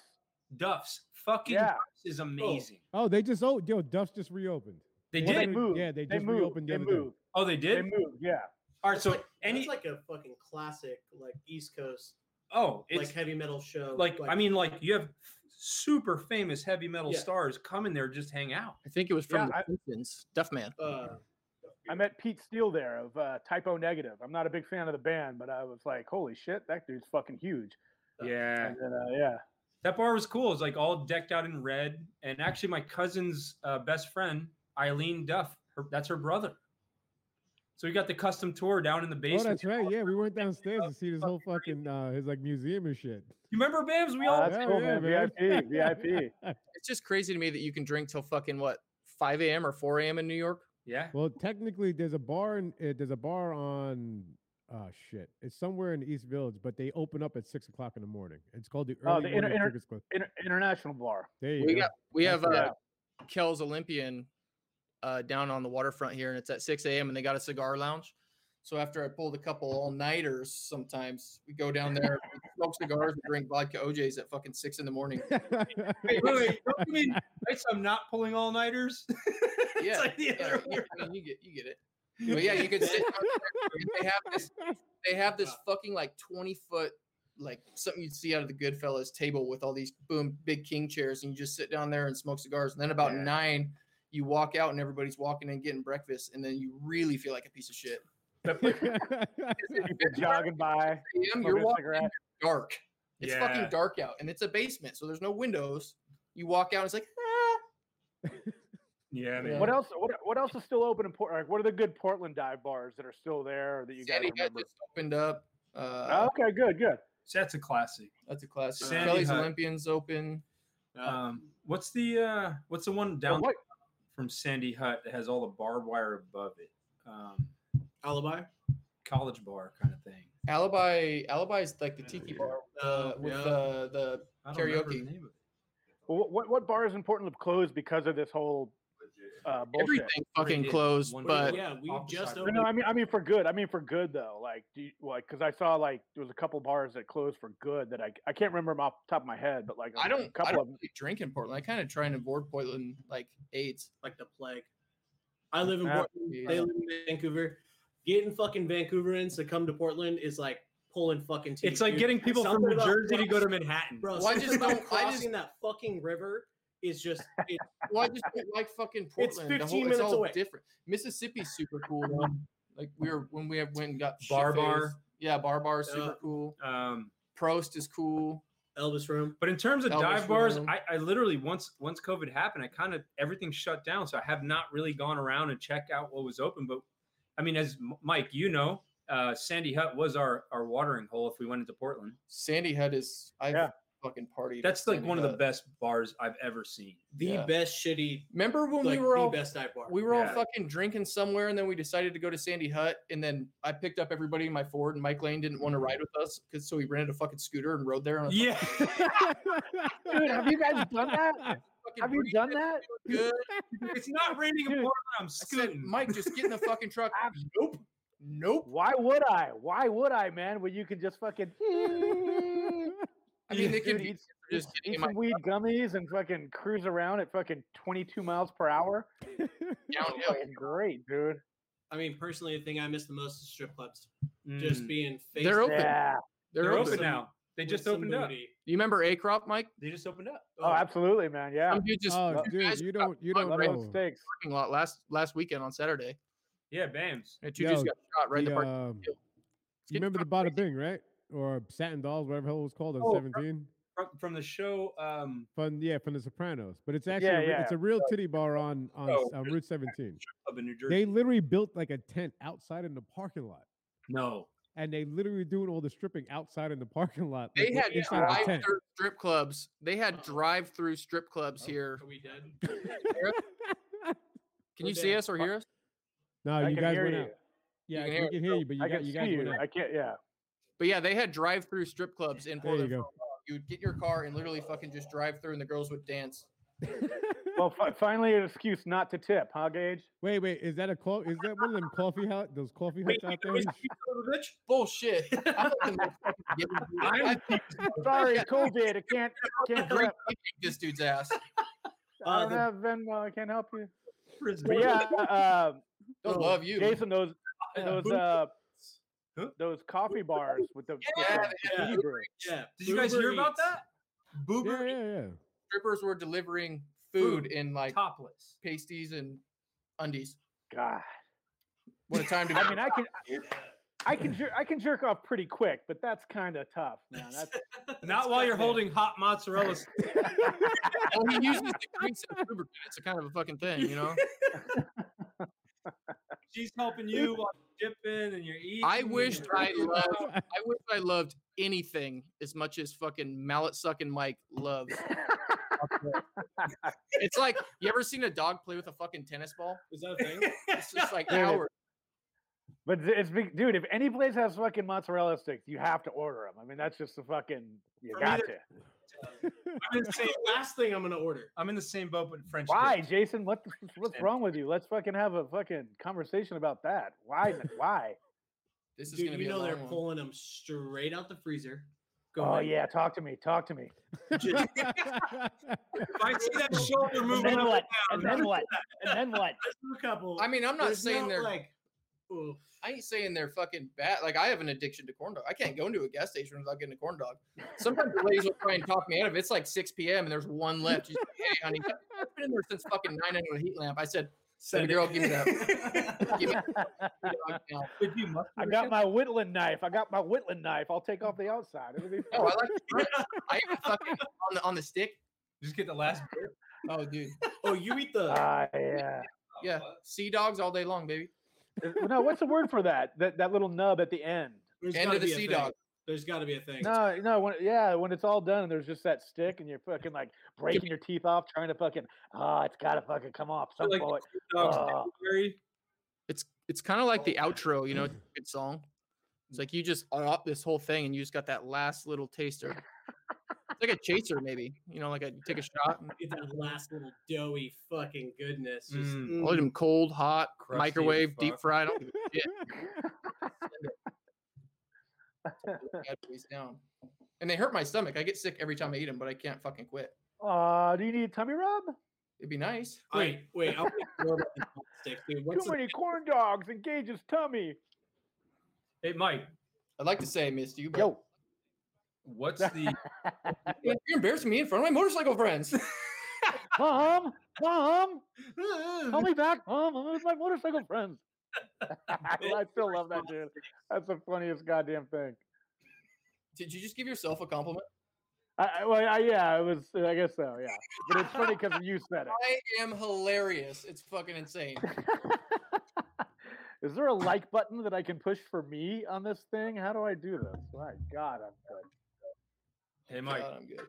Duff's. Fucking
Yeah.
Duff's is amazing.
Oh, they just oh, yo, Duff's just reopened.
They
Well,
did.
They moved.
Yeah, they
They
just
moved.
reopened the
they
other day.
moved.
oh, they
They
did.
moved. Yeah.
All right. So
Like,
any
that's like a fucking classic, like East Coast,
oh,
like
it's
heavy metal show.
like, I mean like you have super famous heavy metal
Yeah.
stars come in there just hang out.
I think it was from
Yeah,
the
I-
Simpsons. Duff Man.
uh,
I met Pete Steele there of uh, Typo Negative. I'm not a big fan of the band, but I was like, holy shit, that dude's fucking huge.
Yeah.
And then, uh, yeah.
that bar was cool. It was like all decked out in red. And actually, my cousin's uh, best friend, Eileen Duff, her, that's her brother. So we got the custom tour down in the
Oh,
basement.
that's right. Yeah, we went downstairs to see this whole fucking uh, his like museum and shit.
You remember Bams? We
Oh,
all
that's
Yeah,
cool,
yeah,
man.
man.
VIP, VIP.
It's just crazy to me that you can drink till fucking what 5 a.m. or 4 a.m. in New York.
yeah.
Well, technically, there's a bar in uh, there's a bar on oh shit, it's somewhere in the East Village, but they open up at six o'clock in the morning. It's called the
Oh,
early
the
morning
inter- inter-
Crickets Club.
Inter- international bar.
There you
We
go.
got we have
Yeah.
uh, Kells Olympian uh, down on the waterfront here, and it's at 6 a.m. and they got a cigar lounge. So after I pulled a couple all nighters, sometimes we go down there, we smoke cigars, and drink vodka OJ's at fucking six in the morning.
Wait, wait, wait. Don't you mean right, so I'm not pulling all nighters? it's
Yeah,
like the
yeah,
other way
yeah, I mean, you get you get it. But yeah, you can sit. down there, They have this. They have this fucking like twenty foot, like something you'd see out of the Goodfellas table with all these boom big king chairs, and you just sit down there and smoke cigars. And then about
Yeah.
nine, you walk out and everybody's walking and getting breakfast, and then you really feel like a piece of shit.
People jogging by.
6 a.m.,
smoking
You're
a
walking in
cigarette.
dark. It's
Yeah.
fucking dark out, and it's a basement, so there's no windows. You walk out, and it's like ah,
Yeah,
man.
What else? What, what else is still open in Portland? Like, what are the good Portland dive bars that are still there that you guys
Sandy Hut
remember?
just opened up. Uh,
Oh, okay, good, good.
So that's a classic.
That's a classic.
Sandy
Kelly's
Hut.
Olympians open.
Um, what's the uh, what's the one
But
down
what?
from Sandy Hut that has all the barbed wire above it? Um,
Alibi.
college bar kind of thing.
Alibi, Alibi is like the tiki bar uh,
Uh,
with
yeah.
uh, the
I don't remember the
Karaoke.
name of it.
What, what? What bars in Portland have closed because of this whole uh, bullshit?
everything fucking
did.
closed.
One
But
did.
yeah, we
Off the
just
side.
No,
opened.
no, I mean, I mean for good. I mean for good though. Like, do you, like because I saw like there was a couple bars that closed for good that I I can't remember 'em off the top of my head, but like a
I don't,
couple
I don't
of 'em.
really drink in Portland. I kind of try and avoid Portland like AIDS.
like the plague. I live in
Yeah.
Portland. They live in Vancouver. Getting fucking Vancouverians to come to Portland is like pulling fucking teeth.
It's like
dude.
getting people from
Something
New
about
Jersey to
cross-
go to Manhattan.
Bro,
Well, I
why
just
just
don't- I
about
just-
crossing that fucking river is just it,
Well, I just don't like fucking Portland.
It's
the
15
whole,
minutes
it's all
away.
different. Mississippi's super cool though. Like we were when we went and got
Bar
shit-faced.
Bar.
Yeah, Bar Bar is super
Yeah.
cool.
Um,
Prost is cool.
Elvis Room.
but in terms of
Elvis
dive bars,
Room.
I, I literally once once COVID happened, I kind of everything shut down, so I have not really gone around and checked out what was open. But I mean, as M- Mike, you know, uh, Sandy Hut was our our watering hole if we went into Portland.
Sandy Hut is I
Yeah.
have fucking party.
That's like one of the best bars I've ever seen.
The
Yeah.
best shitty.
Remember when
like,
we were
the
all
best dive bar.
we were all
Yeah.
fucking drinking somewhere, and then we decided to go to Sandy Hut, and then I picked up everybody in my Ford, and Mike Lane didn't want
Mm-hmm.
to ride with us because so he rented a fucking scooter and rode there. And I was
Yeah,
Dude, have you guys done that?
fucking
Have you
breathing,
done that?
Good.
it's not raining in
Dude.
Portland. I'm
I said,
scooting.
Mike, just get in the fucking truck. nope. Nope.
Why would I? Why would I, man? When you can just fucking
I mean, they
Dude,
can
eat,
just getting
eat
in my
some weed gummies and fucking cruise around at fucking 22 miles per hour.
downhill.
Fucking great, dude.
I mean, personally, the thing I miss the most is strip clubs.
Hmm.
Mm.
Just being faced
They're open.
Yeah.
They're,
they're
open.
open now. They
with
just opened up.
somebody.
You remember Acrop, Mike?
They just opened up.
Oh, absolutely, man. Yeah.
Some dude just
oh,
two
dude,
guys
you
got
don't, you
shot
don't
Love
right
know.
those steaks.
parking lot last last weekend on Saturday.
Yeah, Bams.
And two
Yo,
just got shot right in the
The,
parking.
um,
It's
you remember the Bada Bing, right? Or Satin Dolls, whatever the hell it was called on
Oh, right.
17.
From, from the show, um,
From yeah, from The Sopranos. But it's actually
Yeah,
a re-
yeah.
it's a real titty bar on on
Oh,
uh, Route 17.
Club in New Jersey.
They literally built like a tent outside in the parking lot,
no, lot.
and they literally doing all the stripping outside in the parking lot.
They
like, with-
had
inside the
drive
tent.
through strip clubs. They
Oh.
had drive through strip clubs here.
Are we dead?
Can you see us or hear us?
No,
I
Oh, you
can
guys
hear
went
you.
out. Yeah,
can
I
hear
we
us,
can hear you, but
I
you
can
got you
see
guys went
you.
out.
I can't. Yeah.
But yeah, they had drive through strip clubs in
There you
Portland. for a
go.
while. You would get your car and literally fucking just drive through, and the girls would dance.
Well, fi- finally an excuse not to tip, huh, Gage?
Wait, wait, is that a call? Is that one of them coffee hut? Those coffee huts out there?
Bullshit. I'm fucking giving you- I
Sorry, COVID. I can't. Can't.
drink
tip.
this dude's ass.
I
Uh,
don't
the-
have Venmo. I can't help you. But
Brisbane.
yeah, uh,
They'll love you.
Jason, those
Yeah,
those
boot-
uh,
Huh?
those coffee bars with the
Yeah,
fucking
they
had
booty brew.
yeah.
Did you guys hear
Uber
about
Eats.
that?
Yeah,
Boober
yeah, yeah.
strippers were delivering food in like
topless.
pasties and undies.
God,
What a time to be.
I mean, I can. I can jer- I can jerk off pretty quick, but that's kind of tough, man. That's,
Not while you're holding hot mozzarella. sticks.
well, he uses the grease as lubricant. It's a kind of a fucking thing, you know?
She's helping you while you're dipping and you're eating.
I
and
wished
you're-
I loved I wish I loved anything as much as fucking mallet sucking Mike loves. it's like you ever seen a dog play with a fucking tennis ball?
Is that a thing?
It's just like
Dude,
hours.
but th- it's big, dude. If any place has fucking mozzarella sticks, you have to order them. I mean, that's just the fucking you
For me,
got
they're-
to.
uh,
I'm in the same.
Last thing I'm gonna order.
I'm in the same boat, but French.
Why,
dip.
Jason? What the f- what's wrong with you? Let's fucking have a fucking conversation about that. Why? n- Why?
This is
Dude,
gonna
you
be a
know
long
they're
one.
pulling them straight out the freezer.
Oh yeah, talk to me. Talk to me.
Just-
If I see that shoulder
And
moving
then
up
what?
and
And
down,
then what? And then what?
a couple.
I mean, I'm not
There's
saying
not,
they're
like. oof.
I ain't saying they're fucking bad. Like I have an addiction to corn dog. I can't go into a gas station without getting a corn dog. Sometimes the ladies will try and talk me out of it. It's like 6 p.m. and there's one left. She's like, hey, honey, I've been in there since fucking nine under the heat lamp. I said,
Send
"Baby girl, give me that. give me the dog now.
would you must-
I got my Whitland knife. I got my Whitland knife. I'll take off the outside. It'll be
Oh,
fine.
I like the grip. I even fucking on the on the stick.
just get the last. bit.
Oh, dude.
Oh, you eat the.
Ah, yeah.
Yeah. Sea dogs all day long, baby.
Uh, No, what's the word for that? That that little nub at the end.
there's
End
gotta
of the
be a
sea
thing.
dog.
There's got to be a thing.
No, no. When, yeah, when it's all done and there's just that stick and you're fucking like breaking your teeth off, trying to fucking. Oh, it's gotta fucking come off. Some
like-
bullet.
Dogs,
Oh.
Jerry.
It's it's kind of like the outro, you know, it's a good song. It's like you just up this whole thing and you just got that last little taster. It's like a chaser, maybe. You know, like a, you take a shot. And,
Get that last little doughy fucking goodness. Just,
Mm.
I'll eat 'em cold, hot,
Crusty as
microwave, deep
fuck.
fry. I don't give a shit. Calories down.
Ah,
And they hurt my stomach. I get sick every time I eat them, but I can't fucking quit.
Uh, do you need tummy rub?
It'd be nice.
Wait, wait. I want to know about the hot sticks, dude. What's
Too
the,
many corn dogs and Gage's tummy.
Hey, Mike,
I'd like to say I missed you, but
Yo,
what's the
you're embarrassing me in front of my motorcycle friends.
mom, mom, Uh-huh, call me back, mom. I'm with my motorcycle friends. I still love that dude. That's the funniest goddamn thing.
Did you just give yourself a compliment?
I, I, well, I, yeah, it was. I guess so. Yeah, but it's funny because you said
I am hilarious. It's fucking insane.
it. Is there a like button that I can push for me on this thing? How do I do this? My God, I'm good.
Hey, Mike,
God, I'm good.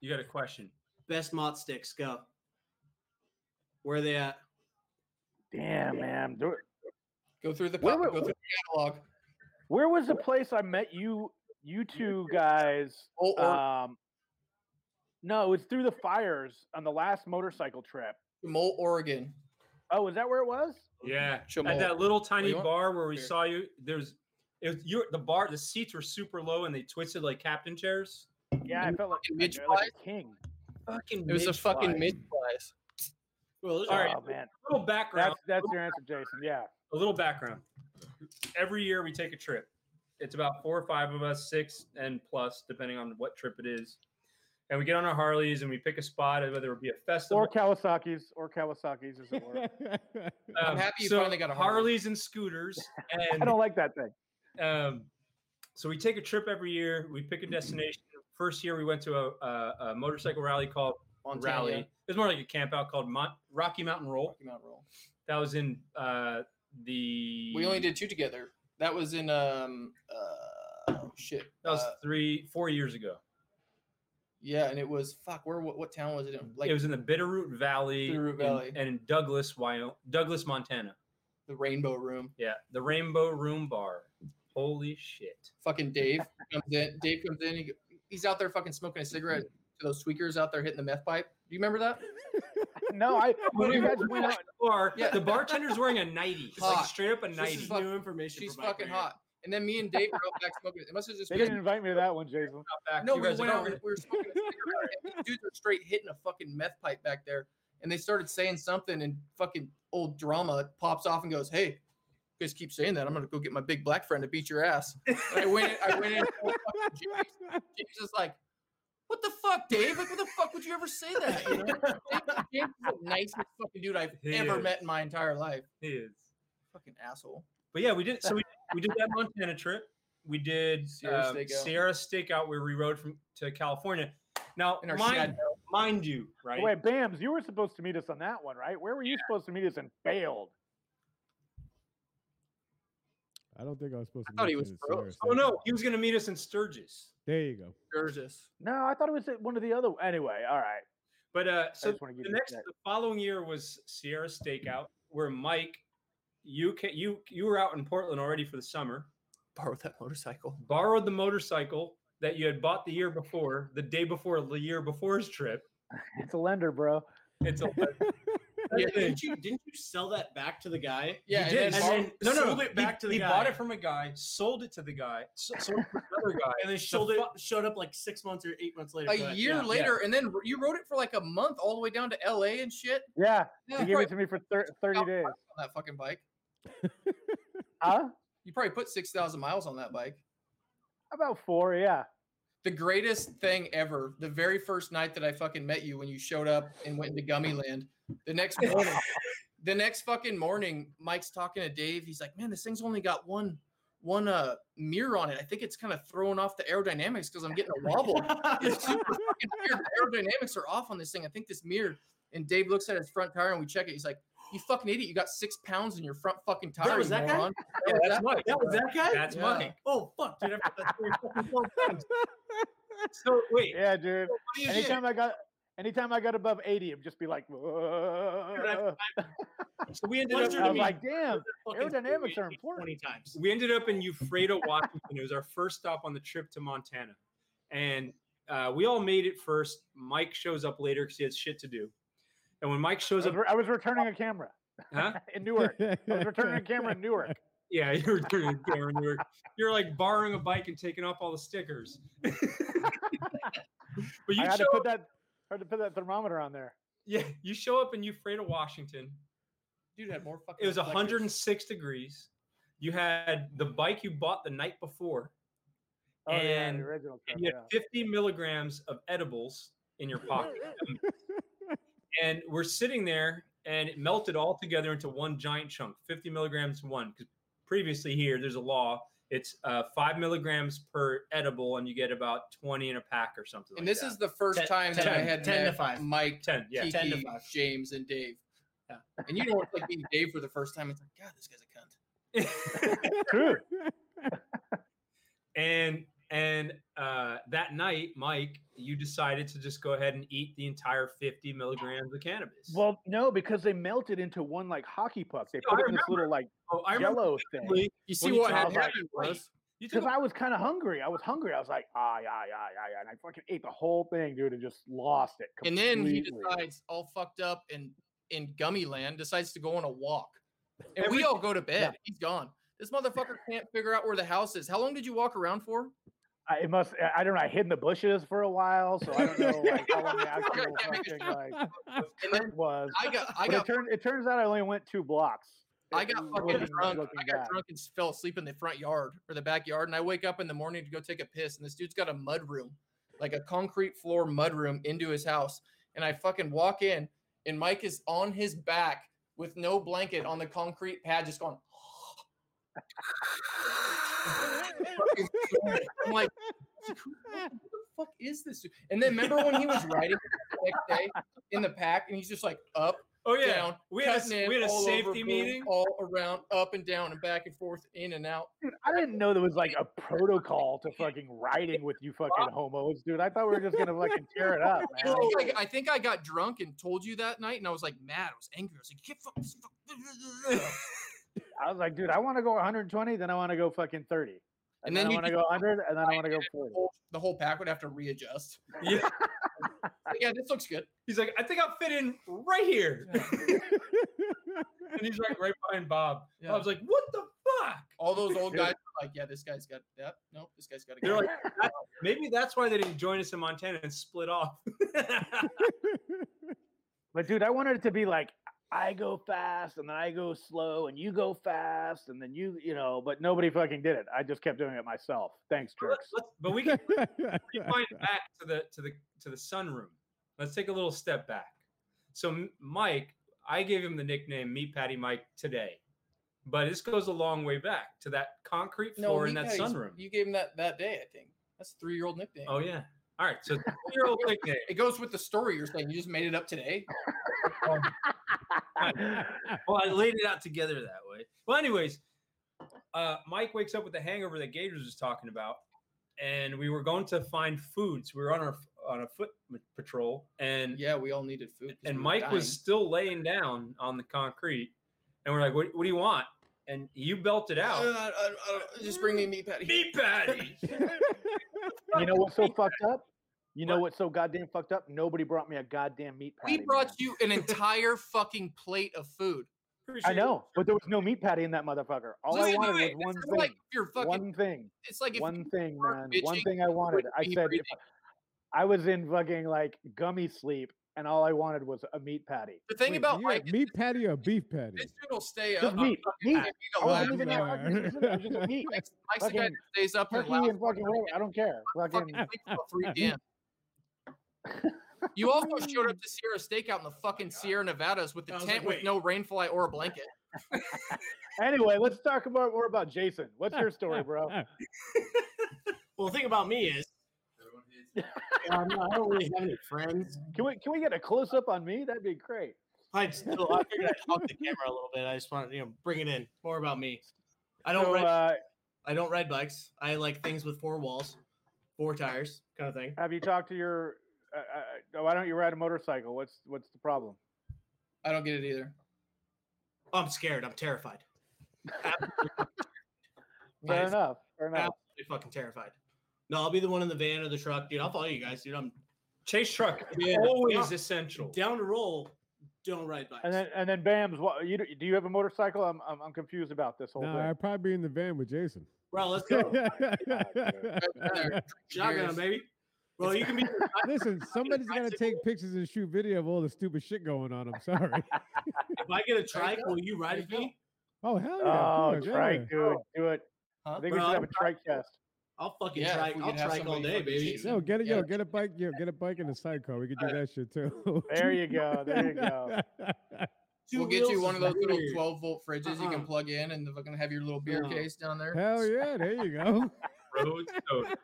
you got a question.
best mott sticks? Go. Where are they at?
Damn, man. Do it.
Go through the
Where
pop,
were-
go through the catalog.
Where was the place I met you, you two guys?
Oh, or
Uh,
Um, no, it was through the fires on the last motorcycle trip.
Jamal, Oregon.
Oh, is that where it was?
Yeah,
Jamal.
at that little tiny
you want?
bar where we
Here.
saw you, there's it was you the bar. The seats were super low and they twisted like captain chairs.
Yeah, I felt like,
Fucking
I-
midge
like a king.
Fucking,
It was a
Mitch
fucking
Fly.
mid class.
Well, there's
Oh
All right.
man,
A little background.
that's that's your answer, Jason. Yeah,
a little background. Every year we take a trip. It's about four or five of us, six and plus, depending on what trip it is. And we get on our Harleys and we pick a spot, whether it be a festival.
or Kawasaki's, or Kawasaki's, as it were.
Um,
happy you finally got a Harley.
Harleys and scooters.
I
And
don't like that thing.
um, so we take a trip every year. We pick a destination. First year we went to a, a, a motorcycle rally called
Montana.
Rally. It was more like a camp out called Mon- Rocky Mountain Roll.
Rocky Mountain Roll.
That was in uh, the.
We only did two together. That was in um uh oh, shit.
That was
Uh,
three, four years ago.
yeah, and it was fuck. Where what, what town was it in? Like
it was in the Bitterroot Valley,
Bitterroot
in-
Valley.
and in Douglas, Wyoming, Douglas, Montana.
the Rainbow Room.
Yeah, the Rainbow Room Bar. Holy shit!
Fucking Dave comes in. Dave comes in. He, go- he's out there fucking smoking a cigarette to those tweakers out there hitting the meth pipe. Do you remember that?
No, I when
We
you
were
guys
in
went out,
that bar.
Yeah.
The bartender's wearing a nightie, It's like
Hot.
straight up a nightie.
is fuck-
new information.
She's
for Mike
fucking
right here.
hot. And then me and Dave were out back smoking. It must have just
they
been
didn't invite me to that one, Jason.
Back.
No,
You
we
guys
went
are
out.
going-
and We were smoking a cigarette, and these dudes were straight hitting a fucking meth pipe back there, and they started saying something, and fucking old drama pops off and goes, "Hey, you guys keep saying that. I'm gonna go get my big black friend to beat your ass." And I went. In, I went in. full fucking James, James is like, "What the fuck, Dave? Like, what the fuck would you ever say that?" You know? James- James is the nicest fucking dude I've
He
ever
is.
met in my entire life.
He is.
Fucking asshole.
But yeah, we did. So we, we did that Montana trip. We did
Sierra
um,
Stakeout.
Sierra Stakeout, where we rode from to California. Now,
In our
mind,
shadow.
mind you, right?
Wait, Bams, you were supposed to meet us on that one, right? Where were you supposed to meet us and failed?
I don't think I was supposed to.
I thought he was
mention it,
pro-
sorry,
oh
sorry.
no, he was going to meet us in Sturgis.
There you go.
Gorgeous.
No, I thought it was at one of the other. Anyway, all right.
But uh,
I
so
just want to give
the
you
next
that.
the following year was Sierra Stakeout, where Mike, you ca- you you were out in Portland already for the summer,
Borrowed that motorcycle.
borrowed the motorcycle that you had bought the year before, the day before the year before's trip.
It's a lender, bro.
It's a
Yeah, didn't you didn't you sell that back to the guy?
Yeah,
he did,
and then
and
borrowed-
then no, no,
sold
no,
it back
he,
to the
he
guy.
bought it from a guy, sold it to the guy, so, sold it to another guy,
And then showed it, showed up like six months or eight months later.
a
for that.
year
Yeah, yeah.
later, and then you wrote it for like a month all the way down to LA and shit.
Yeah,
Yeah,
he
you
gave
probably
it to me for thir- thirty
Oh,
days.
put on that fucking bike.
Huh?
You probably put six thousand miles on that bike.
About four, yeah.
The greatest thing ever. The very first night that I fucking met you, when you showed up and went into Gummy Land, the next morning, the next fucking morning, Mike's talking to Dave. He's like, "Man, this thing's only got one, one uh mirror on it. I think it's kind of throwing off the aerodynamics because I'm getting a wobble. it's super fucking weird. The aerodynamics are off on this thing. I think this mirror." And Dave looks at his front tire and we check it. He's like, "You fucking idiot! You got six pounds in your front fucking tire."
was
you
that guy?
moron."
Yeah,
Yeah,
that's
that-
Mike.
That was that guy.
That's
Yeah.
Mike.
Oh fuck, dude! I forgot that story.
So wait,
Yeah, dude.
funny as shit.
Anytime I got, anytime I got above eighty, it'd just be like, "Whoa."
so we ended
What
up
is
I
your
was like, damn.
Fucking
Aerodynamics are
20
important.
times.
we ended up in Ufredo, Washington. It was our first stop on the trip to Montana, and uh, we all made it first. Mike shows up later because he had shit to do. And when Mike
I
shows
was,
up,
re- I was returning a camera
huh?
in Newark. I was returning a camera in Newark.
Yeah, you're doing Cameron. You're, you're like borrowing a bike and taking off all the stickers. but you
I had
show
to
up
put that, I had to put that thermometer on there.
Yeah, you show up in Euphrata, Washington.
Dude had more fucking.
It was
reflectors.
106 degrees. You had the bike you bought the night before,
Oh, yeah,
And-
the original
and
stuff,
you
yeah.
had 50 milligrams of edibles in your pocket. Um, and we're sitting there, and it melted all together into one giant chunk 50 milligrams, one. Because previously here, there's a law it's uh, five milligrams per edible, and you get about 20 in a pack or something.
And
like
this
that.
is the first
Ten-
time that I
ten-
had
ten to
met
five.
Mike,
10. Yeah.
Kiki,
10 to five.
James, and Dave.
Yeah.
And you know it's like being Dave for the first time. It's like, God, this guy's a cunt.
True.
and and uh, that night, Mike, you decided to just go ahead and eat the entire 50 milligrams of cannabis.
Well, no, because they melted into one like hockey puck. They
Yeah,
put
I
it in this little like
oh, I remember
yellow thing.
you
You see
you
what
talk
had
about
happened was
you took
Because
a
I was kind of hungry. I was hungry. I was like, ah, yeah, yeah, yeah, yeah. And I fucking ate the whole thing, dude, and just lost it.
And
Completely.
then he decides, all fucked up and in gummy land, decides to go on a walk. And we all go to bed. He's gone. This motherfucker can't figure out where the house is. How long did you walk around for?
I, it must. I- I don't know. I hid in the bushes for a while, so I don't know like, how long the
Yeah,
actual
yeah, because-
fucking like
And then
trip was.
I got I
But it
got
turned. It turns out I only went two blocks.
I got
Looking-
fucking drunk.
looking
I got
back.
drunk and fell asleep in the front yard or the backyard. And I wake up in the morning to go take a piss. And this dude's got a mud room, like a concrete floor mud room into his house. And I fucking walk in, and Mike is on his back with no blanket on the concrete pad, just going. I'm like, who the fuck is this? Dude? And then remember when he was riding the next day in the pack, and he's just like up
oh yeah,
down.
we had
cutting
a,
in,
we had a
all over,
safety
boom,
meeting.
all around, up and down, and back and forth, in and out.
Dude, I didn't know there was like a protocol to fucking riding with you fucking homos, dude. I thought we were just gonna fucking tear it up,
I
man.
think I, I think I got drunk and told you that night, and I was like mad. I was angry. I was like, "Get fuck, this fuck."
I was like, dude, I want to go 120, then I want to go fucking 30, and,
And
then,
then
I
you
want to
just-
go 100, and then I want to go 40.
The whole pack would have to readjust.
Yeah.
Like, yeah, this looks good.
He's like, I think I'll fit in right here. and he's like right behind Bob.
Yeah.
I was like, what the fuck?
All those old guys were like, "Yeah, this guy's got that. No, this guy's got to
They're
go."
like, "That- maybe that's why they didn't join us in Montana and split off.
But dude, I wanted it to be like I go fast and then I go slow and you go fast and then you, you know, but nobody fucking did it. I just kept doing it myself. Thanks, jerks.
Let's- but we can find back to the to the to the sunroom. Let's take a little step back. So M- Mike, I gave him the nickname Meat Patty Mike today, but this goes a long way back to that concrete floor in
he-
that
yeah, he's-
sunroom.
You gave him that that day, I think. That's a three-year-old nickname.
Oh yeah. All right. So year old nickname.
It goes with the story you're saying. You just made it up today.
Well, I laid it out together that way. Well, anyways, uh, Mike wakes up with the hangover that Gators was talking about, and we were going to find foods. We were on our on a foot patrol, and
Yeah, we all needed food. 'cause
and
we were
Mike was
dying.
still laying down on the concrete, and we're like, "What, what do you want?" And you belted out
Uh, uh, uh, just bring me a meat patty.
meat patty.
you know what's so fucked up? You know
What?
what's so goddamn fucked up? Nobody brought me a goddamn meat patty.
We brought
man.
you an entire fucking plate of food.
I know, but there was no meat patty in that motherfucker. All I
Listen,
wanted
wait,
was
it's
one
like
thing.
if you're fucking.
one thing.
it's like if
one thing, man.
weren't
One
bitching,
thing I wanted. I
be
said if
breathing.
I I was in fucking like gummy sleep, and all I wanted was a meat patty.
the thing
Wait,
about
you had
Mike, is
meat patty or beef patty?
this dude will stay up.
Just meat, meat.
Mike's
I
Mike's
wasn't even that fucking specific, it was just meat.
the guy that
Fucking
stays up and
Turkey
loud
and fucking whatever. I don't care.
fucking
Fucking
sleeps till three a.m. You also showed up to Sierra Stakeout in the fucking Sierra Nevadas with the
I was
tent
like,
with
wait.
no rainfly or a blanket.
Anyway, let's talk about more about Jason. What's your story, bro?
well, the thing about me is
Everyone hates
um, I don't really have any friends.
Can we can we get a close up on me? That'd be great.
I still I figured I'd hog the camera a little bit. I just want to you know bring it in more about me. I don't
So,
ride.
uh,
I don't ride bikes. I like things with four walls, four tires, kind of thing.
have you talked to your? Uh, uh, uh, why don't you ride a motorcycle? What's what's the problem?
I don't get it either.
Oh, I'm scared. I'm terrified.
Fair
Guys,
enough. Fair enough.
Absolutely fucking terrified. No, I'll be the one in the van or the truck, dude. I'll follow you guys, dude. I'm
Chase truck
Yeah.
always
Yeah.
essential.
down to roll. Don't ride bikes.
And then and then Bams, what you do you have a motorcycle? I'm I'm, I'm confused about this whole
No,
thing.
I'd probably be in the van with Jason.
Oh Bro, let's go.
God, dude.
Right there.
Shotgun,
Cheers.
baby. Well, you can be.
Listen, somebody's got to take pictures and shoot video of all the stupid shit going on. I'm sorry.
If I get a trike, will you ride it me?
Oh hell yeah! of
Oh,
course,
trike,
yeah.
dude, do it.
Huh?
I think
Bro,
we should have
I'm
a trike test.
I'll fucking
Yeah, if
trike.
we
I'll
could have
trike all
somebody
day,
fucking
baby.
chase
Yo, get it,
Yeah.
yo, get a bike, yo, get a bike and a sidecar. We could do that shit too.
There you go. There you go.
We'll get you
wheels
one of
is
those little
weird.
12 volt fridges you
Uh-uh.
can plug in and the fucking have your little beer
No.
case down there.
Hell yeah! There you go.
Road soda.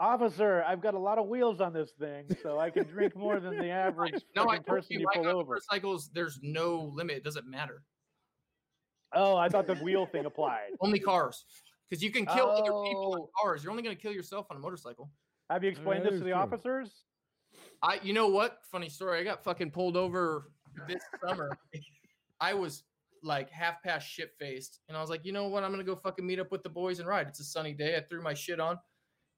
Officer, I've got a lot of wheels on this thing, so I can drink more than the average
No, I
fucking
told
person
you,
you
I
pull
got
over.
motorcycles. There's no limit. It doesn't matter.
Oh, I thought the wheel thing applied.
Only cars, because you can kill other people in
Oh.
cars. You're only going to kill yourself on a motorcycle.
Have you
that
explained this
is
to the
true.
officers?
I, you know what? Funny story. I got fucking pulled over this summer. I was like half past shit faced, and I was like, you know what? I'm gonna go fucking meet up with the boys and ride. It's a sunny day. I threw my shit on,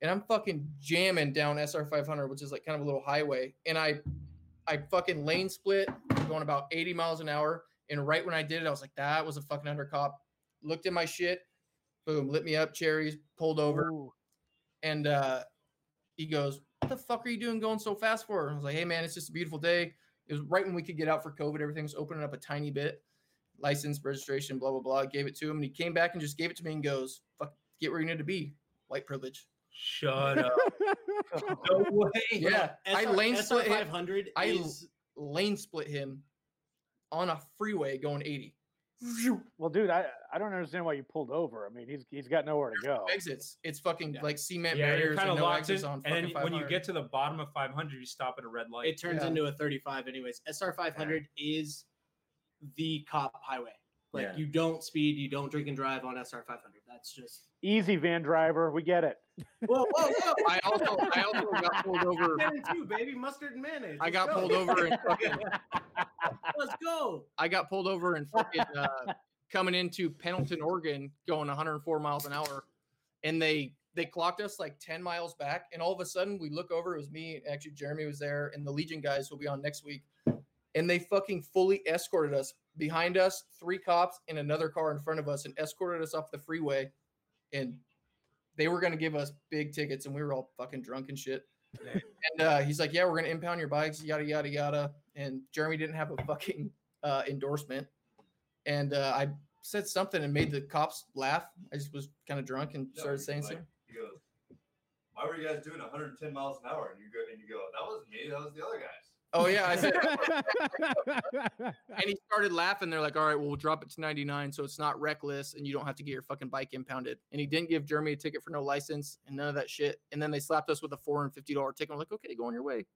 and I'm fucking jamming down SR 500, which is like kind of a little highway. And I, I fucking lane split, going about 80 miles an hour. And right when I did it, I was like, that was a fucking undercop. Looked at my shit, boom, lit me up, cherries, pulled over
Ooh.
and uh, he goes, "What the fuck are you doing going so fast for?" And I was like, "Hey man, it's just a beautiful day. It was right when we could get out for COVID. Everything was opening up a tiny bit. License, registration, blah blah blah." I Gave it to him, and he came back and just gave it to me and goes, "Fuck, get where you need to be. White privilege."
Shut up.
No way.
Yeah, I
SR
lane split him.
500
I-
is
Lane split him on a freeway going 80.
Well, dude, I, I don't understand why you pulled over. I mean, he's he's got nowhere to go.
Exits. It's fucking
Oh. Yeah.
like cement
Yeah, you're
barriers
kind
and
of
no
locked
exits
in.
on
And
fucking
then when you
500.
get to the bottom of 500, you stop at a red light.
it turns
Yeah.
into a 35 anyways sr 500 is the cop highway like
Yeah.
you don't speed you don't drink and drive on sr 500 that's just
Easy, van driver. We get it.
whoa whoa whoa
I also I also got pulled over.
too, baby mustard and mayonnaise
I
Let's
got
go.
pulled over in fucking
let's go
I got pulled over and fucking uh, coming into Pendleton, Oregon, going 104 miles an hour, and they they clocked us like 10 miles back. And all of a sudden, we look over. It was me. Actually, Jeremy was there, and the Legion guys will be on next week. And they fucking fully escorted us behind us, three cops and another car in front of us, and escorted us off the freeway. And they were gonna give us big tickets, and we were all fucking drunk and shit. And uh, he's like, "Yeah, we're gonna impound your bikes, yada yada yada." And Jeremy didn't have a fucking uh, endorsement, and uh, I said something and made the cops laugh. I just was kind of drunk and
No,
started
he's
saying
like-
something.
He goes, "Why were you guys doing 110 miles an hour?" And you go, and you go, "That was me. That was the other guys."
Oh yeah, I said, and he started laughing. They're like, "All right, well, we'll drop it to 99, so it's not reckless, and you don't have to get your fucking bike impounded." And he didn't give Jeremy a ticket for no license and none of that shit. And then they slapped us with a 450 dollar ticket. I'm like, "Okay, go on your way."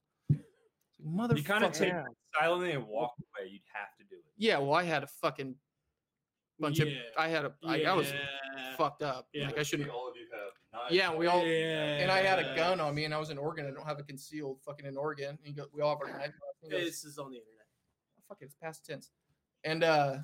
Motherfucker.
You kind of take
Yeah.
silently and walk away. You'd have to do it.
yeah, well, I had a fucking bunch of.
Yeah.
I had a. I I was
Yeah.
fucked up.
Yeah.
Like I shouldn't.
All of you have. Nine
Yeah, we all.
Yeah.
and I had a gun on me, and I was in Oregon. I don't have it concealed, fucking in Oregon. And you go, we all have our knives. on us. And he goes,
this is on the internet
"Oh, fuck it, it's past tense. And uh,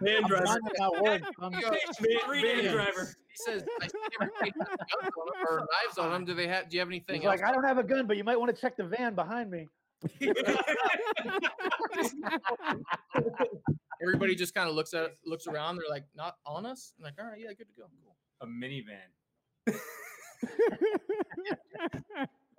van driver
Talking about words, um,
he, goes,
van, van driver
he says, I see everybody has guns on 'em or knives on them. Do they have? Do you have anything?
he's like,
else?"
I don't have a gun, but you might want to check the van behind me.
everybody just kind of looks at, looks around. They're like, not on us. I'm like, all right, yeah, good to go. Cool.
A minivan.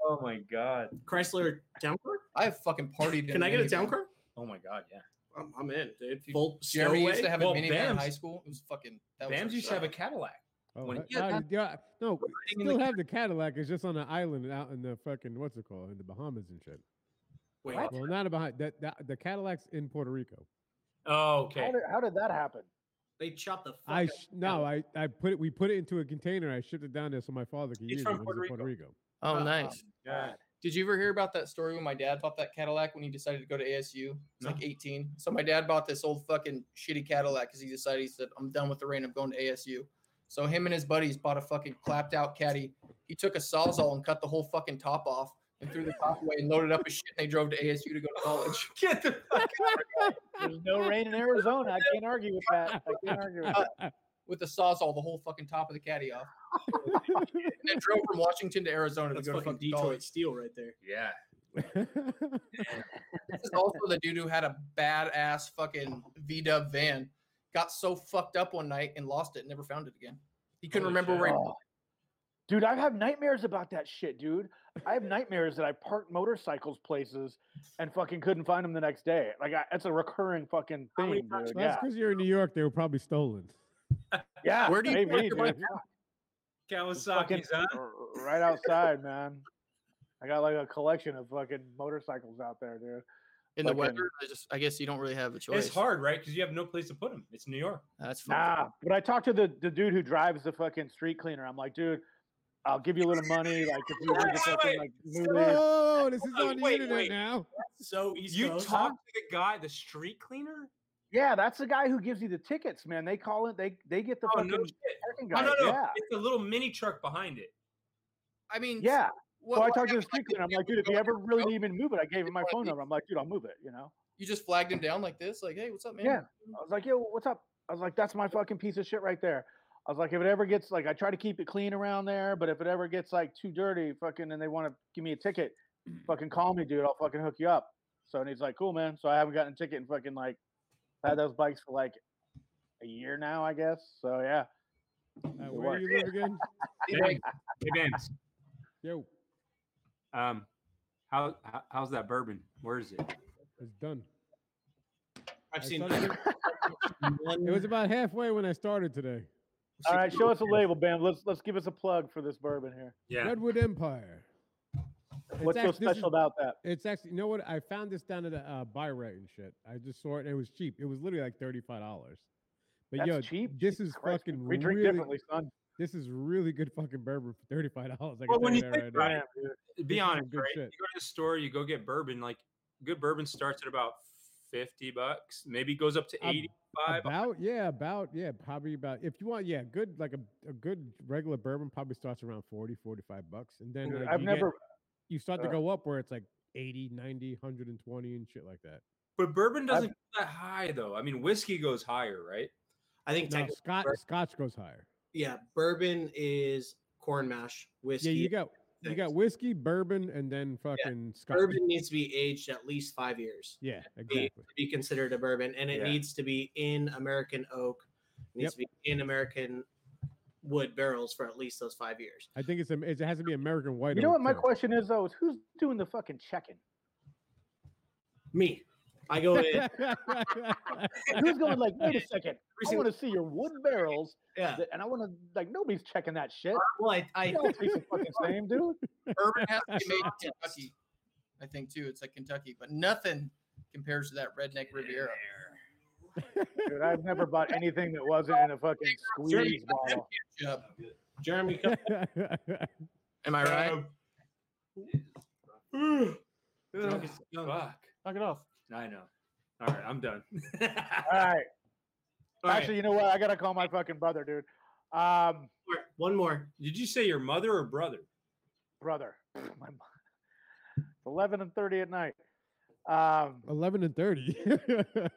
Oh my god.
chrysler town car
I have fucking partied. in
can i get a
minivan.
town car
Oh my god. Yeah.
i'm, I'm in dude full
Jeremy used to have a
Well,
minivan in
Bams-
high school. It was fucking. That was
Bams
our
used to have a
shit.
Cadillac.
Oh,
When
that-
you-
I- yeah, no, we
in
still have the Cadillac. It's just on an island out in the fucking what's it called in the Bahamas and shit.
Wait,
Well, not a Bahamas. That, that the Cadillac's in Puerto Rico.
Oh,
How
okay.
did, how did that happen?
they chopped the fuck
I
out.
sh- no, I I put it. We put it into a container. I shipped it down there so my father could
He's
use
from
it. when
Puerto
he's in Puerto Rico.
Oh,
Uh,
nice.
God.
Did you ever hear about that story when my dad bought that Cadillac when he decided to go to ASU? It's like 18. So my dad bought this old fucking shitty Cadillac because he decided he said, I'm done with the rain. I'm going to ASU. So him and his buddies bought a fucking clapped out caddy. He took a sawzall and cut the whole fucking top off and threw the top away and loaded up his shit. And they drove to ASU to go to college.
Get the fuck
There's no rain in Arizona. I can't argue with that. I can't argue
Uh,
with that.
With the sawzall, the whole fucking top of the caddy off. and then drove from Washington to Arizona
that's
to go
fucking
to fucking
detroit
college.
steel right there
Yeah.
This is also the dude who had a badass fucking V Dub van. Got so fucked up one night and lost it, never found it again. He couldn't
Holy
remember where he
Oh, Dude, I have nightmares about that shit, dude. I have nightmares that I parked motorcycles places and fucking couldn't find them the next day. Like, I, that's a recurring fucking
How many
thing,
times-
dude.
That's
Yeah,
because you're in New York. They were probably stolen.
yeah.
Where do you
maybe,
park your
dude.
bike?
fucking
Kawasaki's uh, on.
r- right outside, man. I got like a collection of fucking motorcycles out there, dude.
in the
Fucking-
weather. I just, I guess you don't really have a choice.
It's hard, right? Because you have no place to put them. It's New York.
That's fine.
Nah, but I talked to the, the dude who drives the fucking street cleaner. I'm like, dude, I'll give you a little money, like if you
Wait,
want to
wait,
fucking
wait.
like
Stop.
move in."
Oh, this is
Wait,
on the
wait,
internet
wait.
now.
So East
You
Coast.
talk to the guy, the street cleaner?
Yeah, that's the guy who gives you the tickets, man. They call it. They they get the
Oh,
fucking
no shit.
parking
Oh,
guy.
no, no.
Yeah,
It's a little mini truck behind it.
I mean,
yeah.
What,
so I
what
talked to the
happened?
street cleaner. I'm
you
like, dude, if
go
you
to
ever
your
really
house,
need me to move it, I gave him my
Like,
phone number. I'm like, dude, I'll move it. You know.
you just flagged him down like this, like, hey, what's up, man?
Yeah. I was like, yo, what's up? I was like, that's my fucking piece of shit right there. I was like, if it ever gets like, I try to keep it clean around there, but if it ever gets like too dirty, fucking, and they want to give me a ticket, fucking call me, dude. I'll fucking hook you up. So and he's like, cool, man. So I haven't gotten a ticket and fucking like had those bikes for like a year now, I guess. So yeah,
Uh,
It
where do you live again?
Hey, hey Vance,
Yo,
um, how, how how's that bourbon? Where is it?
it's done.
I've
I
seen
started
that. one.
It was about halfway when I started today.
all right, show us a label, Bam. Let's let's give us a plug for this bourbon here.
Yeah.
Redwood Empire. It's
What's so
act- this is-
special about that?
It's actually, you know what? I found this down at a uh, buy rate and shit. I just saw it and it was cheap. It was literally like thirty-five dollars. But
That's
yo,
cheap.
this
Jesus
is
Christ,
fucking
We drink
really,
differently, son.
This is really good fucking bourbon for thirty-five dollars. I can
Well,
tell
when
you
you
that
think
right
about
now.
Damn, dude.
To
This
Be
is
honest,
good
right? You
shit.
go to the store, you go get bourbon. Like good bourbon starts at about fifty bucks, maybe goes up to
Ab-
eighty-five.
About yeah, about yeah, probably about if you want yeah, good like a, a good regular bourbon probably starts around 40, 45 bucks, and then
Dude,
like,
I've
you get-
never.
you start
uh,
to go up where it's like 80, 90, 120 and shit like that.
But bourbon
I've-
doesn't go that high though. I mean, whiskey goes higher, right?
I think
No,
technically,
Scotch
bourbon-
Scotch goes higher.
yeah, bourbon is corn mash whiskey.
Yeah, you got you got
things.
whiskey, bourbon, and then fucking Scotch.
bourbon needs to be aged at least five years.
Yeah,
be-
exactly.
to be considered a bourbon, and it
Yeah.
needs to be in American oak, it needs to be in American wood barrels for at least those five years.
I think it's am- it has to be American white.
You know
oak,
what my
too.
question is though? Is who's doing the fucking checking?
Me, I go in every
Who's going like, wait a second, I
single-
want to see your wood barrels,
yeah.
th- and I want to like nobody's checking that shit.
Well, I,
I
I
don't think the fucking same, dude.
Bourbon has to be made in Kentucky, I think too. It's like Kentucky, but nothing compares to that redneck Riviera.
Dude, I've never bought anything that wasn't in a fucking squeeze bottle.
Yep.
Jeremy, um, come,
Am I right?
Drunk as fuck.
Knock it off.
I know. All right, I'm done.
All right.
All right.
Actually, you know what? I gotta call my fucking brother, dude. Um,
one more.
Did you say your mother or brother?
brother, my mo- it's eleven and thirty at night. Um,
Eleven and thirty.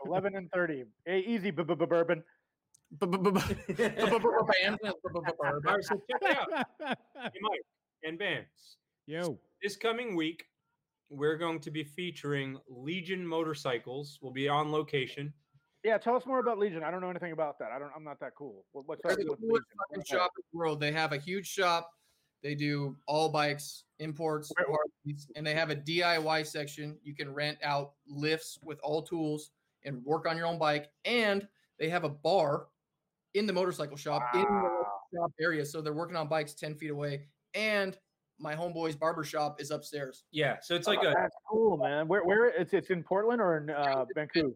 eleven and thirty. Hey, easy, bu- bu- bu- bourbon.
All right, so check it out. Hey, Mike and Vance.
Yo,
This coming week, we're going to be featuring Legion Motorcycles. We'll be on location.
Yeah, tell us more about Legion. I don't know anything about that. I don't. I'm not that cool. What, what's
They're
up
the
with Legion?
coolest
What
fucking
the hell?
shop in the world. They have a huge shop. They do all bikes, imports,
Where- where-
warranties, and they have a DIY section. You can rent out lifts with all tools and work on your own bike. And they have a bar in the motorcycle shop in the
Wow.
shop area. So they're working on bikes 10 feet away. And my homeboy's barber shop is upstairs.
Yeah, so it's like a
Oh, That's cool, man. Where where it's it's in Portland or in uh, Vancouver?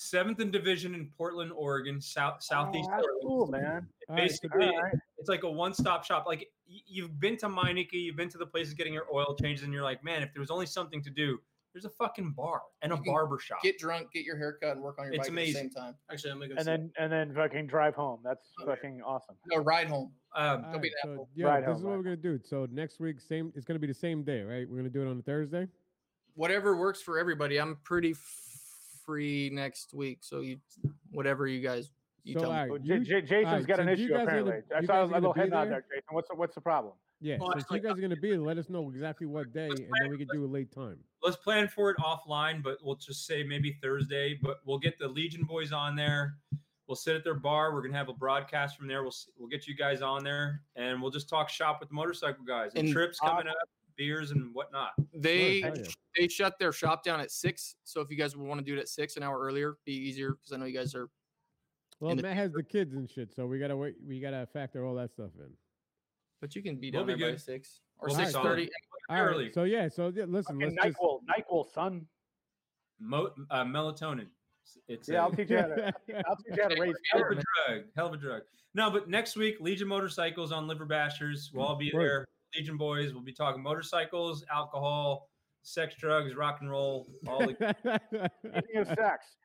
seventh in division in Portland, Oregon, south southeast.
Oh, that's
Oregon.
cool, man.
All right, so-
Basically,
Alright.
it's like a one-stop shop. Like y- you've been to Meineke, you've been to the places getting your oil changes, and you're like, man, if there was only something to do, there's a fucking bar and a
You can
barber shop.
Get drunk, get your hair cut, and work on your
It's
bike at
amazing.
the same time.
Actually, I'm gonna go.
And
see.
then and then fucking drive home. That's
Yeah.
fucking awesome.
No, ride home.
Um,
all
Don't be an
right, so,
asshole.
yeah,
Right
this
on,
is what
right
we're gonna do. So next week, same. It's gonna be the same day, right? We're gonna do it on a Thursday.
Whatever works for everybody. I'm pretty f- free next week. So you, whatever you guys, you
so
tell
all
me.
right,
Well, Oh, J-
you-
J- Jason's
alright,
got
so
an
you
issue
guys are gonna-
apparently. I
you
saw a
guys are
little
gonna
head
be
nod
there?
there, Jason. What's the, what's the problem?
yeah.
Well,
so
actually,
you guys are gonna be there. Let us know exactly what day, and then we can do a late time.
let's plan for it offline, but we'll just say maybe Thursday. But we'll get the Legion boys on there. We'll sit at their bar. We're gonna have a broadcast from there. We'll s- we'll get you guys on there, and we'll just talk shop with the motorcycle guys and,
And-
trips coming up, beers and whatnot.
They
Sure, hell yeah.
they shut their shop down at six. So if you guys would want to do it at six, an hour earlier, be easier because I know you guys are.
Well,
in the
Matt has the kids and shit, so we gotta wait. We gotta factor all that stuff in.
But you can be
We'll
down
be
there by
good.
six or
We'll
be
six thirty.
All right.
Early.
So yeah. So yeah, listen.
Fucking
Let's just.
NyQuil, NyQuil, son.
Mo- uh, melatonin. It's
Yeah,
a-
I'll teach you how to. I'll teach you how to raise.
hell of a drug. Hell of a drug. No, but next week, Legion Motorcycles on Liver Bashers.
Mm,
We'll all be
Word.
there. Legion Boys. We'll be talking motorcycles, alcohol, sex, drugs, rock and roll. All the-
Speaking of sex,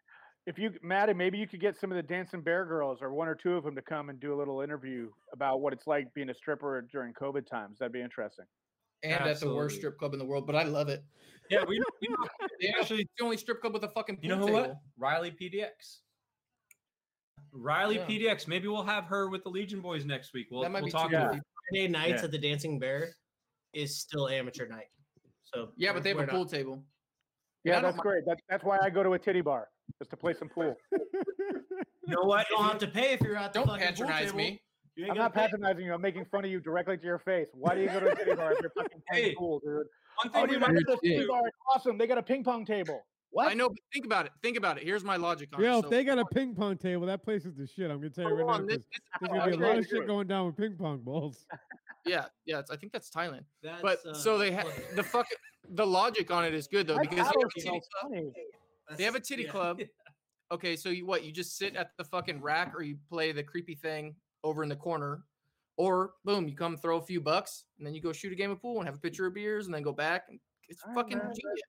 if you Maddie, maybe you could get some of the dancing bear girls or one or two of them to come and do a little interview about what it's like being a stripper during COVID times. That'd be interesting.
And at the worst
Absolutely.
strip club in the world, but I love it.
yeah, we, we know.
They actually it's the only strip club with a fucking
You know
pool
who
table.
what? Riley PDX. Riley
Yeah.
PDX. Maybe we'll have her with the Legion Boys next week. We'll,
That might
we'll
be
talk to
too
Yeah.
her.
Friday nights
Yeah.
at the Dancing Bear is still amateur night. So
Yeah, but they have
we're
a
not-
pool table.
Yeah,
I don't
that's
mind-
great. That's that's why I go to a titty bar just to play some pool.
You know what? You don't have to pay if you're out.
Don't
the fucking pool
patronize
table.
me.
You ain't
I'm
gotta
not
pay.
patronizing you. I'm making fun of you directly to your face. Why do you go to a titty bar if you're fucking playing
Hey.
pool, dude?
One thing
Oh,
we
dude,
might
I
have
went to a
to
titty
do-
bar. It's awesome. They got a ping pong table. What?
I know, but think about it. Think about it. Here's my logic on
Yo,
it.
if
So,
they got a ping pong table, that place is the shit. I'm gonna tell you
hold
right now.
on, this-
'cause
this-
There's gonna be a
That's
lot
what
of
I
shit
do.
going down with ping pong balls.
yeah, yeah. It's, I think that's Thailand.
That's,
But
uh,
so they have
look,
the fucking the logic on it is good though
That's
because they have a
ours, you
titty
know,
club.
funny.
They have a
that's-
titty
yeah.
club. Okay, so you what? You just sit at the fucking rack, or you play the creepy thing over in the corner, or boom, you come throw a few bucks, and then you go shoot a game of pool and have a pitcher of beers, and then go back. And it's
All right,
fucking
man.
genius.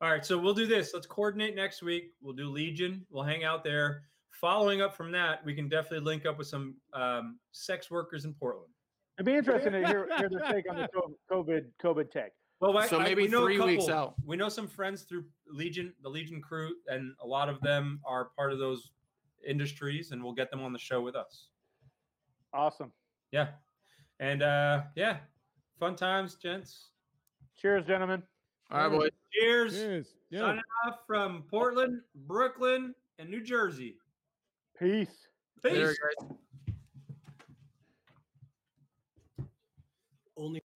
All right, so we'll do this. Let's coordinate next week. We'll do Legion. We'll hang out there. Following up from that, we can definitely link up with some um, sex workers in Portland.
It'd be interesting to hear, hear their take on the co- COVID COVID take.
Well,
So maybe
we know a
three weeks
couple-
out.
We know some friends through Legion, the Legion crew, and a lot of them are part of those industries, and we'll get them on the show with us.
Awesome.
Yeah, and uh, yeah, fun times, gents.
Cheers, gentlemen.
All right,
Yeah.
boys.
Cheers.
Cheers.
Signing
Yeah.
off from Portland, Brooklyn, and New Jersey.
Peace.
Peace.
Later, guys.
Only